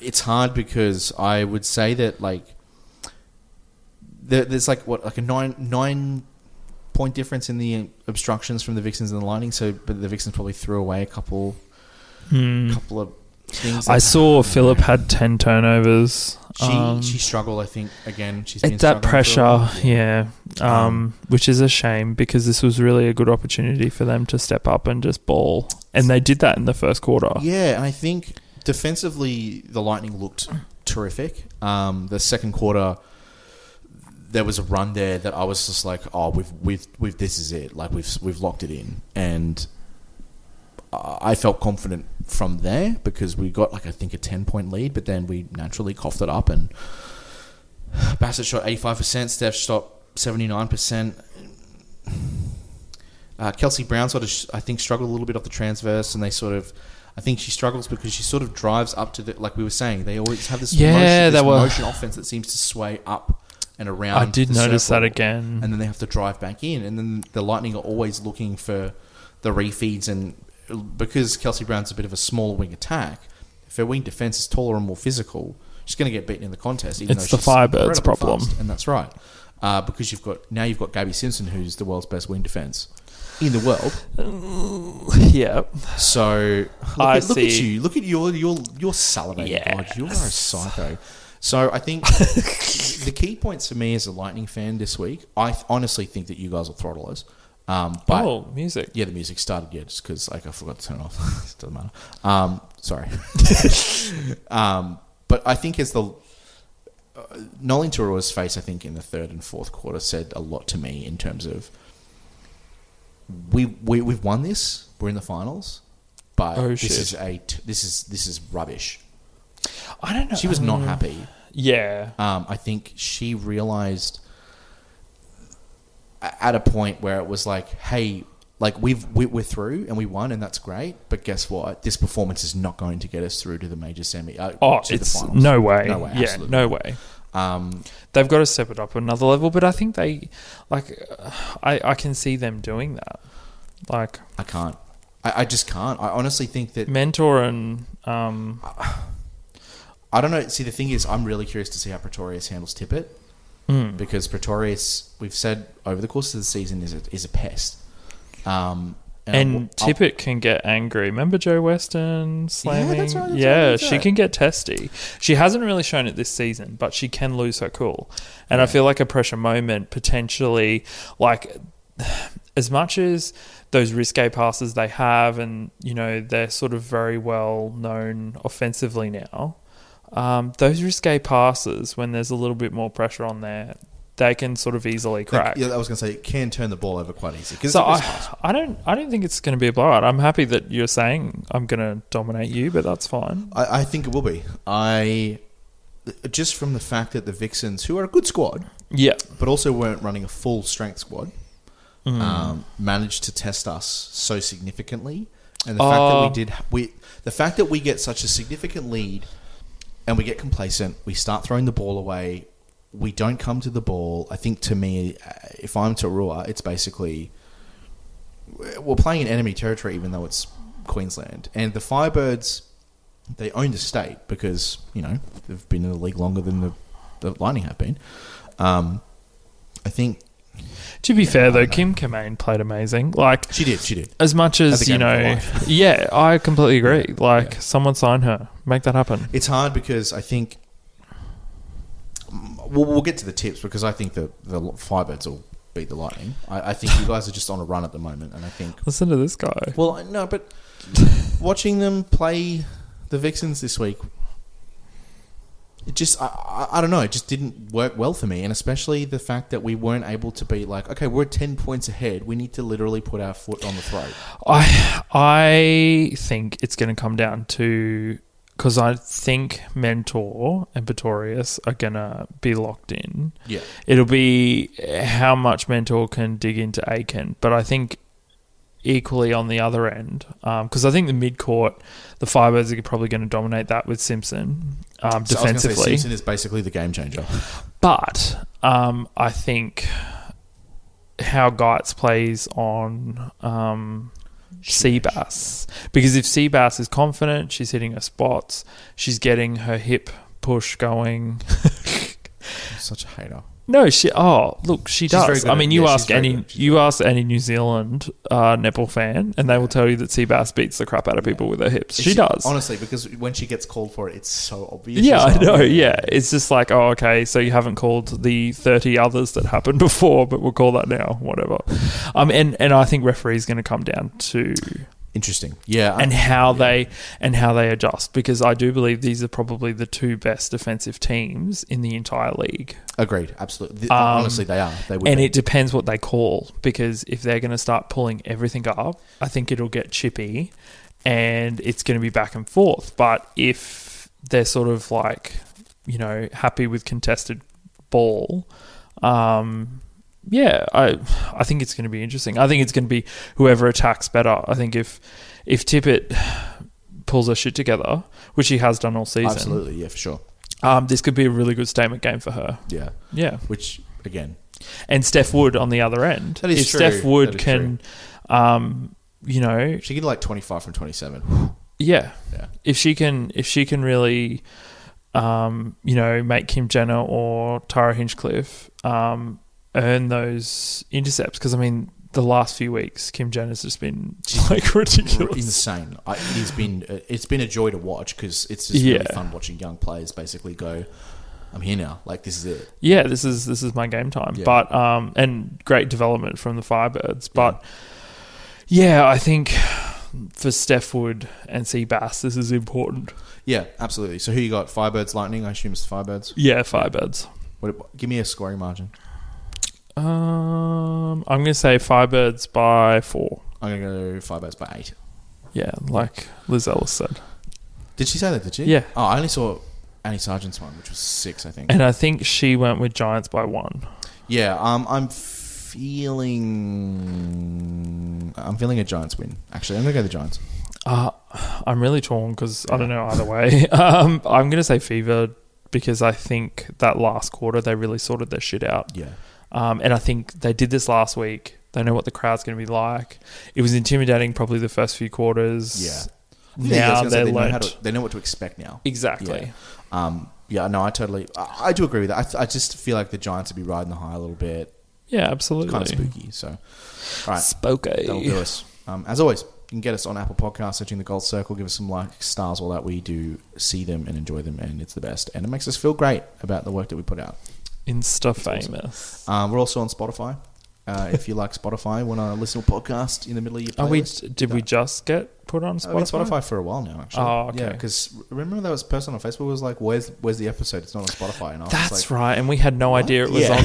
Speaker 2: it's hard because I would say that like there, there's like what like a nine nine point difference in the obstructions from the Vixens and the Lightning. So, but the Vixens probably threw away a couple couple of things.
Speaker 3: Mm. I
Speaker 2: that-
Speaker 3: saw Philip had ten turnovers.
Speaker 2: she
Speaker 3: Um,
Speaker 2: she struggled. I think again she's been
Speaker 3: at that
Speaker 2: struggling for a
Speaker 3: pressure,
Speaker 2: while.
Speaker 3: yeah, um,
Speaker 2: Um,
Speaker 3: which is a shame because this was really a good opportunity for them to step up and just ball, and they did that in the first quarter.
Speaker 2: Yeah, and I think defensively the Lightning looked terrific. Um, the second quarter, there was a run there that I was just like, "Oh, we've we've, we've this is it. Like we've we've locked it in." And I I felt confident from there because we got like I think a ten point lead, but then we naturally coughed it up and Bassett shot eighty five percent, Steph shot seventy nine percent. Uh, Kelsey Brown sort of, sh- I think, struggled a little bit off the transverse, and they sort of, I think she struggles because she sort of drives up to the, like we were saying, they always have this
Speaker 3: Yeah,
Speaker 2: motion, this
Speaker 3: they were-
Speaker 2: motion offense that seems to sway up and around.
Speaker 3: I did
Speaker 2: um, the
Speaker 3: notice
Speaker 2: circle,
Speaker 3: that again.
Speaker 2: and then they have to drive back in, and then the Lightning are always looking for the refeeds, and because Kelsey Brown's a bit of a smaller wing attack, if her wing defense is taller and more physical, she's going to get beaten in the contest. Even
Speaker 3: It's
Speaker 2: though
Speaker 3: the
Speaker 2: she's
Speaker 3: Firebirds
Speaker 2: incredibly
Speaker 3: problem.
Speaker 2: fast, and that's right. Uh, because you've got now you've got Gabby Simpson, who's the world's best wing defense in the world.
Speaker 3: yeah,
Speaker 2: So look,
Speaker 3: I
Speaker 2: at, look at
Speaker 3: see.
Speaker 2: you. Look at your your your salivating. God, you are a psycho. So I think the key points for me as a Lightning fan this week, I th- honestly think that you guys will throttle us. Um, but
Speaker 3: oh, music.
Speaker 2: yeah, the music started yeah, just because like I forgot to turn it off. it doesn't matter. Um, sorry. um, but I think as the uh, Nolan Tarua's face, I think in the third and fourth quarter said a lot to me in terms of we, we we've won this, we're in the finals, but
Speaker 3: Oh,
Speaker 2: this
Speaker 3: shit.
Speaker 2: is a t- this is this is rubbish.
Speaker 3: I don't know.
Speaker 2: She was not happy.
Speaker 3: Mm, Yeah,
Speaker 2: Um, I think she realized a- at a point where it was like, hey, like we've we- we're through and we won and that's great, but guess what? This performance is not going to get us through to the major semi. Uh,
Speaker 3: oh,
Speaker 2: to
Speaker 3: it's
Speaker 2: the finals.
Speaker 3: no way.
Speaker 2: No way.
Speaker 3: yeah,
Speaker 2: absolutely.
Speaker 3: no way.
Speaker 2: Um,
Speaker 3: They've got to step it up another level, but I think they, like, uh, I I can see them doing that. Like
Speaker 2: I can't. I, I just can't. I honestly think that
Speaker 3: mentor and um,
Speaker 2: I don't know. See, the thing is, I'm really curious to see how Pretorius handles Tippett
Speaker 3: Hmm.
Speaker 2: because Pretorius, we've said over the course of the season, is a, is a pest. Um,
Speaker 3: and
Speaker 2: I- I-
Speaker 3: Tippett can get angry. Remember Joe Weston slamming?
Speaker 2: that's right, that's
Speaker 3: Yeah,
Speaker 2: right, that's
Speaker 3: she
Speaker 2: right.
Speaker 3: can get testy. She hasn't really shown it this season, but she can lose her cool. And I feel like a pressure moment potentially, like as much as those risque passes they have, and you know they're sort of very well known offensively now. Um, those risque passes, when there's a little bit more pressure on there, they can sort of easily crack.
Speaker 2: Yeah, I was going to say, it can turn the ball over quite easy. 'cause
Speaker 3: So
Speaker 2: it's a risk
Speaker 3: I, I don't I don't think it's going to be a blowout. I'm happy that you're saying I'm going to dominate you, but that's fine.
Speaker 2: I, I think it will be. I just from the fact that the Vixens, who are a good squad,
Speaker 3: Yeah,
Speaker 2: but also weren't running a full strength squad, um, managed to test us so significantly, and the
Speaker 3: Oh.
Speaker 2: fact that we did we the fact that we get such a significant lead, and we get complacent, we start throwing the ball away, we don't come to the ball. I think to me, uh, if I'm Tarua, it's basically we're playing in enemy territory, even though it's Queensland. And the Firebirds, they own the state because you know they've been in the league longer than the, the Lightning have been. Um, I I think
Speaker 3: To be fair though, Kim Kamen played amazing. Like
Speaker 2: she did. She did.
Speaker 3: as much
Speaker 2: At the
Speaker 3: as you
Speaker 2: game of
Speaker 3: know,
Speaker 2: her
Speaker 3: yeah, I completely agree. Like someone sign her, make that happen.
Speaker 2: It's hard because I think Mm, we'll, we'll get to the tips because I think the the Firebirds will beat the Lightning. I, I think you guys are just on a run at the moment, and I think
Speaker 3: Listen to this guy.
Speaker 2: Well, I- no, but watching them play the Vixens this week, it just I, I, I don't know, it just didn't work well for me, and especially the fact that we weren't able to be like, okay, we're ten points ahead, we need to literally put our foot on the throat.
Speaker 3: I I think it's going to come down to because I think Mentor and Pretorius are going to be locked in.
Speaker 2: Yeah,
Speaker 3: It'll be how much Mentor can dig into Aiken, but I think equally on the other end because I think the mid court, the Firebirds are probably going to dominate that with Simpson
Speaker 2: So
Speaker 3: um,
Speaker 2: I was gonna say
Speaker 3: defensively.
Speaker 2: Simpson is basically the game changer.
Speaker 3: But um, I think how Geitz plays on um, Seabass. Because if Seabass is confident, she's hitting her spots, she's getting her hip push going.
Speaker 2: I'm such a hater.
Speaker 3: No, she. Oh, look, she
Speaker 2: She's very
Speaker 3: does.
Speaker 2: good
Speaker 3: I
Speaker 2: at-
Speaker 3: mean, you
Speaker 2: yeah, she's
Speaker 3: ask
Speaker 2: very
Speaker 3: any
Speaker 2: good. She's
Speaker 3: you ask any New Zealand uh, netball fan, and they will tell you that Seabass beats the crap out of people with her hips. She, does.
Speaker 2: honestly because when she gets called for it, it's so obvious. "Oh,
Speaker 3: Yeah,
Speaker 2: as
Speaker 3: I
Speaker 2: well.
Speaker 3: know. Yeah, it's just like, oh, okay, so you haven't called the thirty others that happened before, but we'll call that now, whatever. Um, and and I think referee's going to come down to
Speaker 2: Interesting. Yeah, uh,
Speaker 3: and how they and how they adjust because I do believe these are probably the two best defensive teams in the entire league,
Speaker 2: agreed. Absolutely. Th-
Speaker 3: Um,
Speaker 2: honestly, they are. They would.
Speaker 3: and
Speaker 2: be.
Speaker 3: it depends what they call because if they're going to start pulling everything up, I think it'll get chippy, and it's going to be back and forth. But if they're sort of like, you know, happy with contested ball, um, yeah, I I think it's going to be interesting. I think it's going to be whoever attacks better. I think if if Tippett pulls her shit together, which he has done all season,
Speaker 2: absolutely. Yeah, for sure.
Speaker 3: um, this could be a really good statement game for her.
Speaker 2: Yeah,
Speaker 3: Yeah
Speaker 2: which again,
Speaker 3: and Steph Wood on the other end.
Speaker 2: That is
Speaker 3: if
Speaker 2: true.
Speaker 3: Steph
Speaker 2: That
Speaker 3: Wood
Speaker 2: is
Speaker 3: can, um, you know,
Speaker 2: she get like twenty five from twenty seven.
Speaker 3: yeah,
Speaker 2: Yeah.
Speaker 3: if she can, if she can really, um, you know, make Kim Jenner or Tara Hinchcliffe um, earn those intercepts, because I mean, the last few weeks Kim Jenner's just been like ridiculous.
Speaker 2: insane. I, it's been uh, it's been a joy to watch because it's just really
Speaker 3: Yeah.
Speaker 2: fun watching young players basically go, "I'm here now. Like this is it."
Speaker 3: Yeah, this is this is my game time,
Speaker 2: Yeah.
Speaker 3: but um, and great development from the Firebirds, but yeah, I think for Steph Wood and Seabass, this is important.
Speaker 2: Yeah, absolutely. So who you got? Firebirds, Lightning. I assume it's Firebirds.
Speaker 3: Yeah, Firebirds.
Speaker 2: What, give me a scoring margin.
Speaker 3: Um, I'm gonna say Firebirds by four.
Speaker 2: I'm gonna go Firebirds by eight.
Speaker 3: Yeah, like Liz Ellis said.
Speaker 2: Did she say that? Did she?
Speaker 3: Yeah.
Speaker 2: Oh, I only saw Annie Sargent's one, which was six, I think.
Speaker 3: And I think she went with Giants by one.
Speaker 2: yeah. Um, I'm feeling. I'm feeling a Giants win. Actually, I'm gonna go the Giants.
Speaker 3: Uh, I'm really torn because I don't know either way. Um, I'm gonna say Fever because I think that last quarter they really sorted their shit out.
Speaker 2: Yeah.
Speaker 3: Um, and I think they did this last week. They know what the crowd's going to be like. It was intimidating, probably the first few quarters.
Speaker 2: Yeah. Yeah, I
Speaker 3: Now
Speaker 2: was gonna say
Speaker 3: they're
Speaker 2: they know how
Speaker 3: learned.
Speaker 2: to, they know what to expect now.
Speaker 3: Exactly.
Speaker 2: Yeah. Um, yeah, no, I totally, I, I do agree with that. I, th- I just feel like the Giants would be riding the high a little bit,
Speaker 3: Yeah, absolutely.
Speaker 2: kind of spooky. So, all right,
Speaker 3: Spooky.
Speaker 2: that'll do us. Um, as always, you can get us on Apple Podcasts, searching the Gold Circle, give us some likes, stars, all that. We do see them and enjoy them, and it's the best, and it makes us feel great about the work that we put out.
Speaker 3: Insta
Speaker 2: awesome.
Speaker 3: famous.
Speaker 2: Um, we're also on Spotify. Uh, if you like Spotify, want to listen to a podcast in the middle of your
Speaker 3: Are we?
Speaker 2: playlist,
Speaker 3: Did we just get put on
Speaker 2: I've been
Speaker 3: Spotify?
Speaker 2: Uh, Spotify for a while now, actually.
Speaker 3: Oh, okay.
Speaker 2: because remember that was a person on Facebook was like, "Where's where's the episode? It's not on Spotify." And I was
Speaker 3: That's
Speaker 2: like,
Speaker 3: right, and we had no idea it was
Speaker 2: Yeah.
Speaker 3: on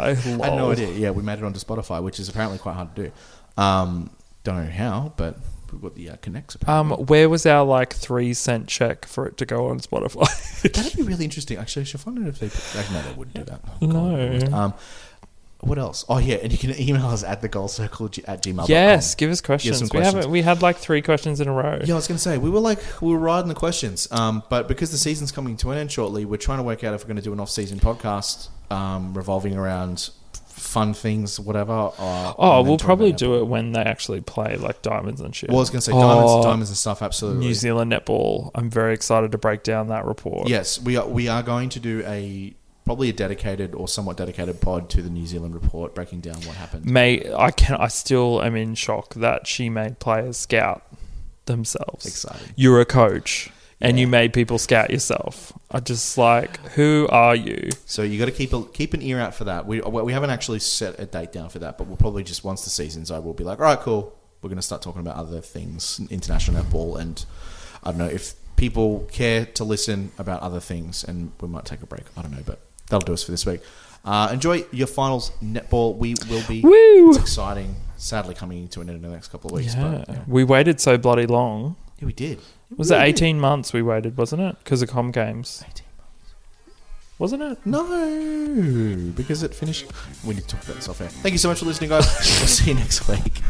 Speaker 2: I had no
Speaker 3: Lol.
Speaker 2: idea. Yeah, we made it onto Spotify, which is apparently quite hard to do. Um, don't know how, but we've got the uh, connects.
Speaker 3: Um,
Speaker 2: Apparently.
Speaker 3: where was our like three cent check for it to go on Spotify?
Speaker 2: that'd be really interesting. Actually, I should find out if they. Put, no, they wouldn't do that. Oh,
Speaker 3: No.
Speaker 2: God. Um, what else? Oh yeah, and you can email us at the goal circle at gmail.
Speaker 3: yes, give us questions. We
Speaker 2: questions.
Speaker 3: haven't. We had like three questions in a row.
Speaker 2: Yeah, I was going to say we were like we were riding the questions, um, but because the season's coming to an end shortly, we're trying to work out if we're going to do an off-season podcast um, revolving around fun things, whatever. Or,
Speaker 3: Oh, we'll probably do it when they actually play like diamonds and shit.
Speaker 2: Well, I was going to say diamonds,
Speaker 3: Oh,
Speaker 2: diamonds and stuff. Absolutely,
Speaker 3: New Zealand netball. I'm very excited to break down that report.
Speaker 2: Yes, we are. We are going to do a probably a dedicated or somewhat dedicated pod to the New Zealand report breaking down what happened.
Speaker 3: May I can I still am in shock that she made players scout themselves.
Speaker 2: Exciting.
Speaker 3: You're a coach and
Speaker 2: Yeah.
Speaker 3: you made people scout yourself. I just like who are you?
Speaker 2: So you got to keep a, keep an ear out for that. We we haven't actually set a date down for that, but we'll probably just once the season's over, we'll be like, all right, cool. We're going to start talking about other things, international netball, and I don't know if people care to listen about other things, and we might take a break. I don't know, but that'll do us for this week. Uh, enjoy your finals netball. We will be.
Speaker 3: Woo!
Speaker 2: It's exciting. Sadly, coming to an end in the next couple of weeks.
Speaker 3: Yeah.
Speaker 2: But, yeah.
Speaker 3: We waited so bloody long.
Speaker 2: yeah, we did.
Speaker 3: Was it 18 months we waited, wasn't it? Because of Com Games. Wasn't it?
Speaker 2: No, because it finished. We need to talk about this off air. Thank you so much for listening, guys. we'll see you next week.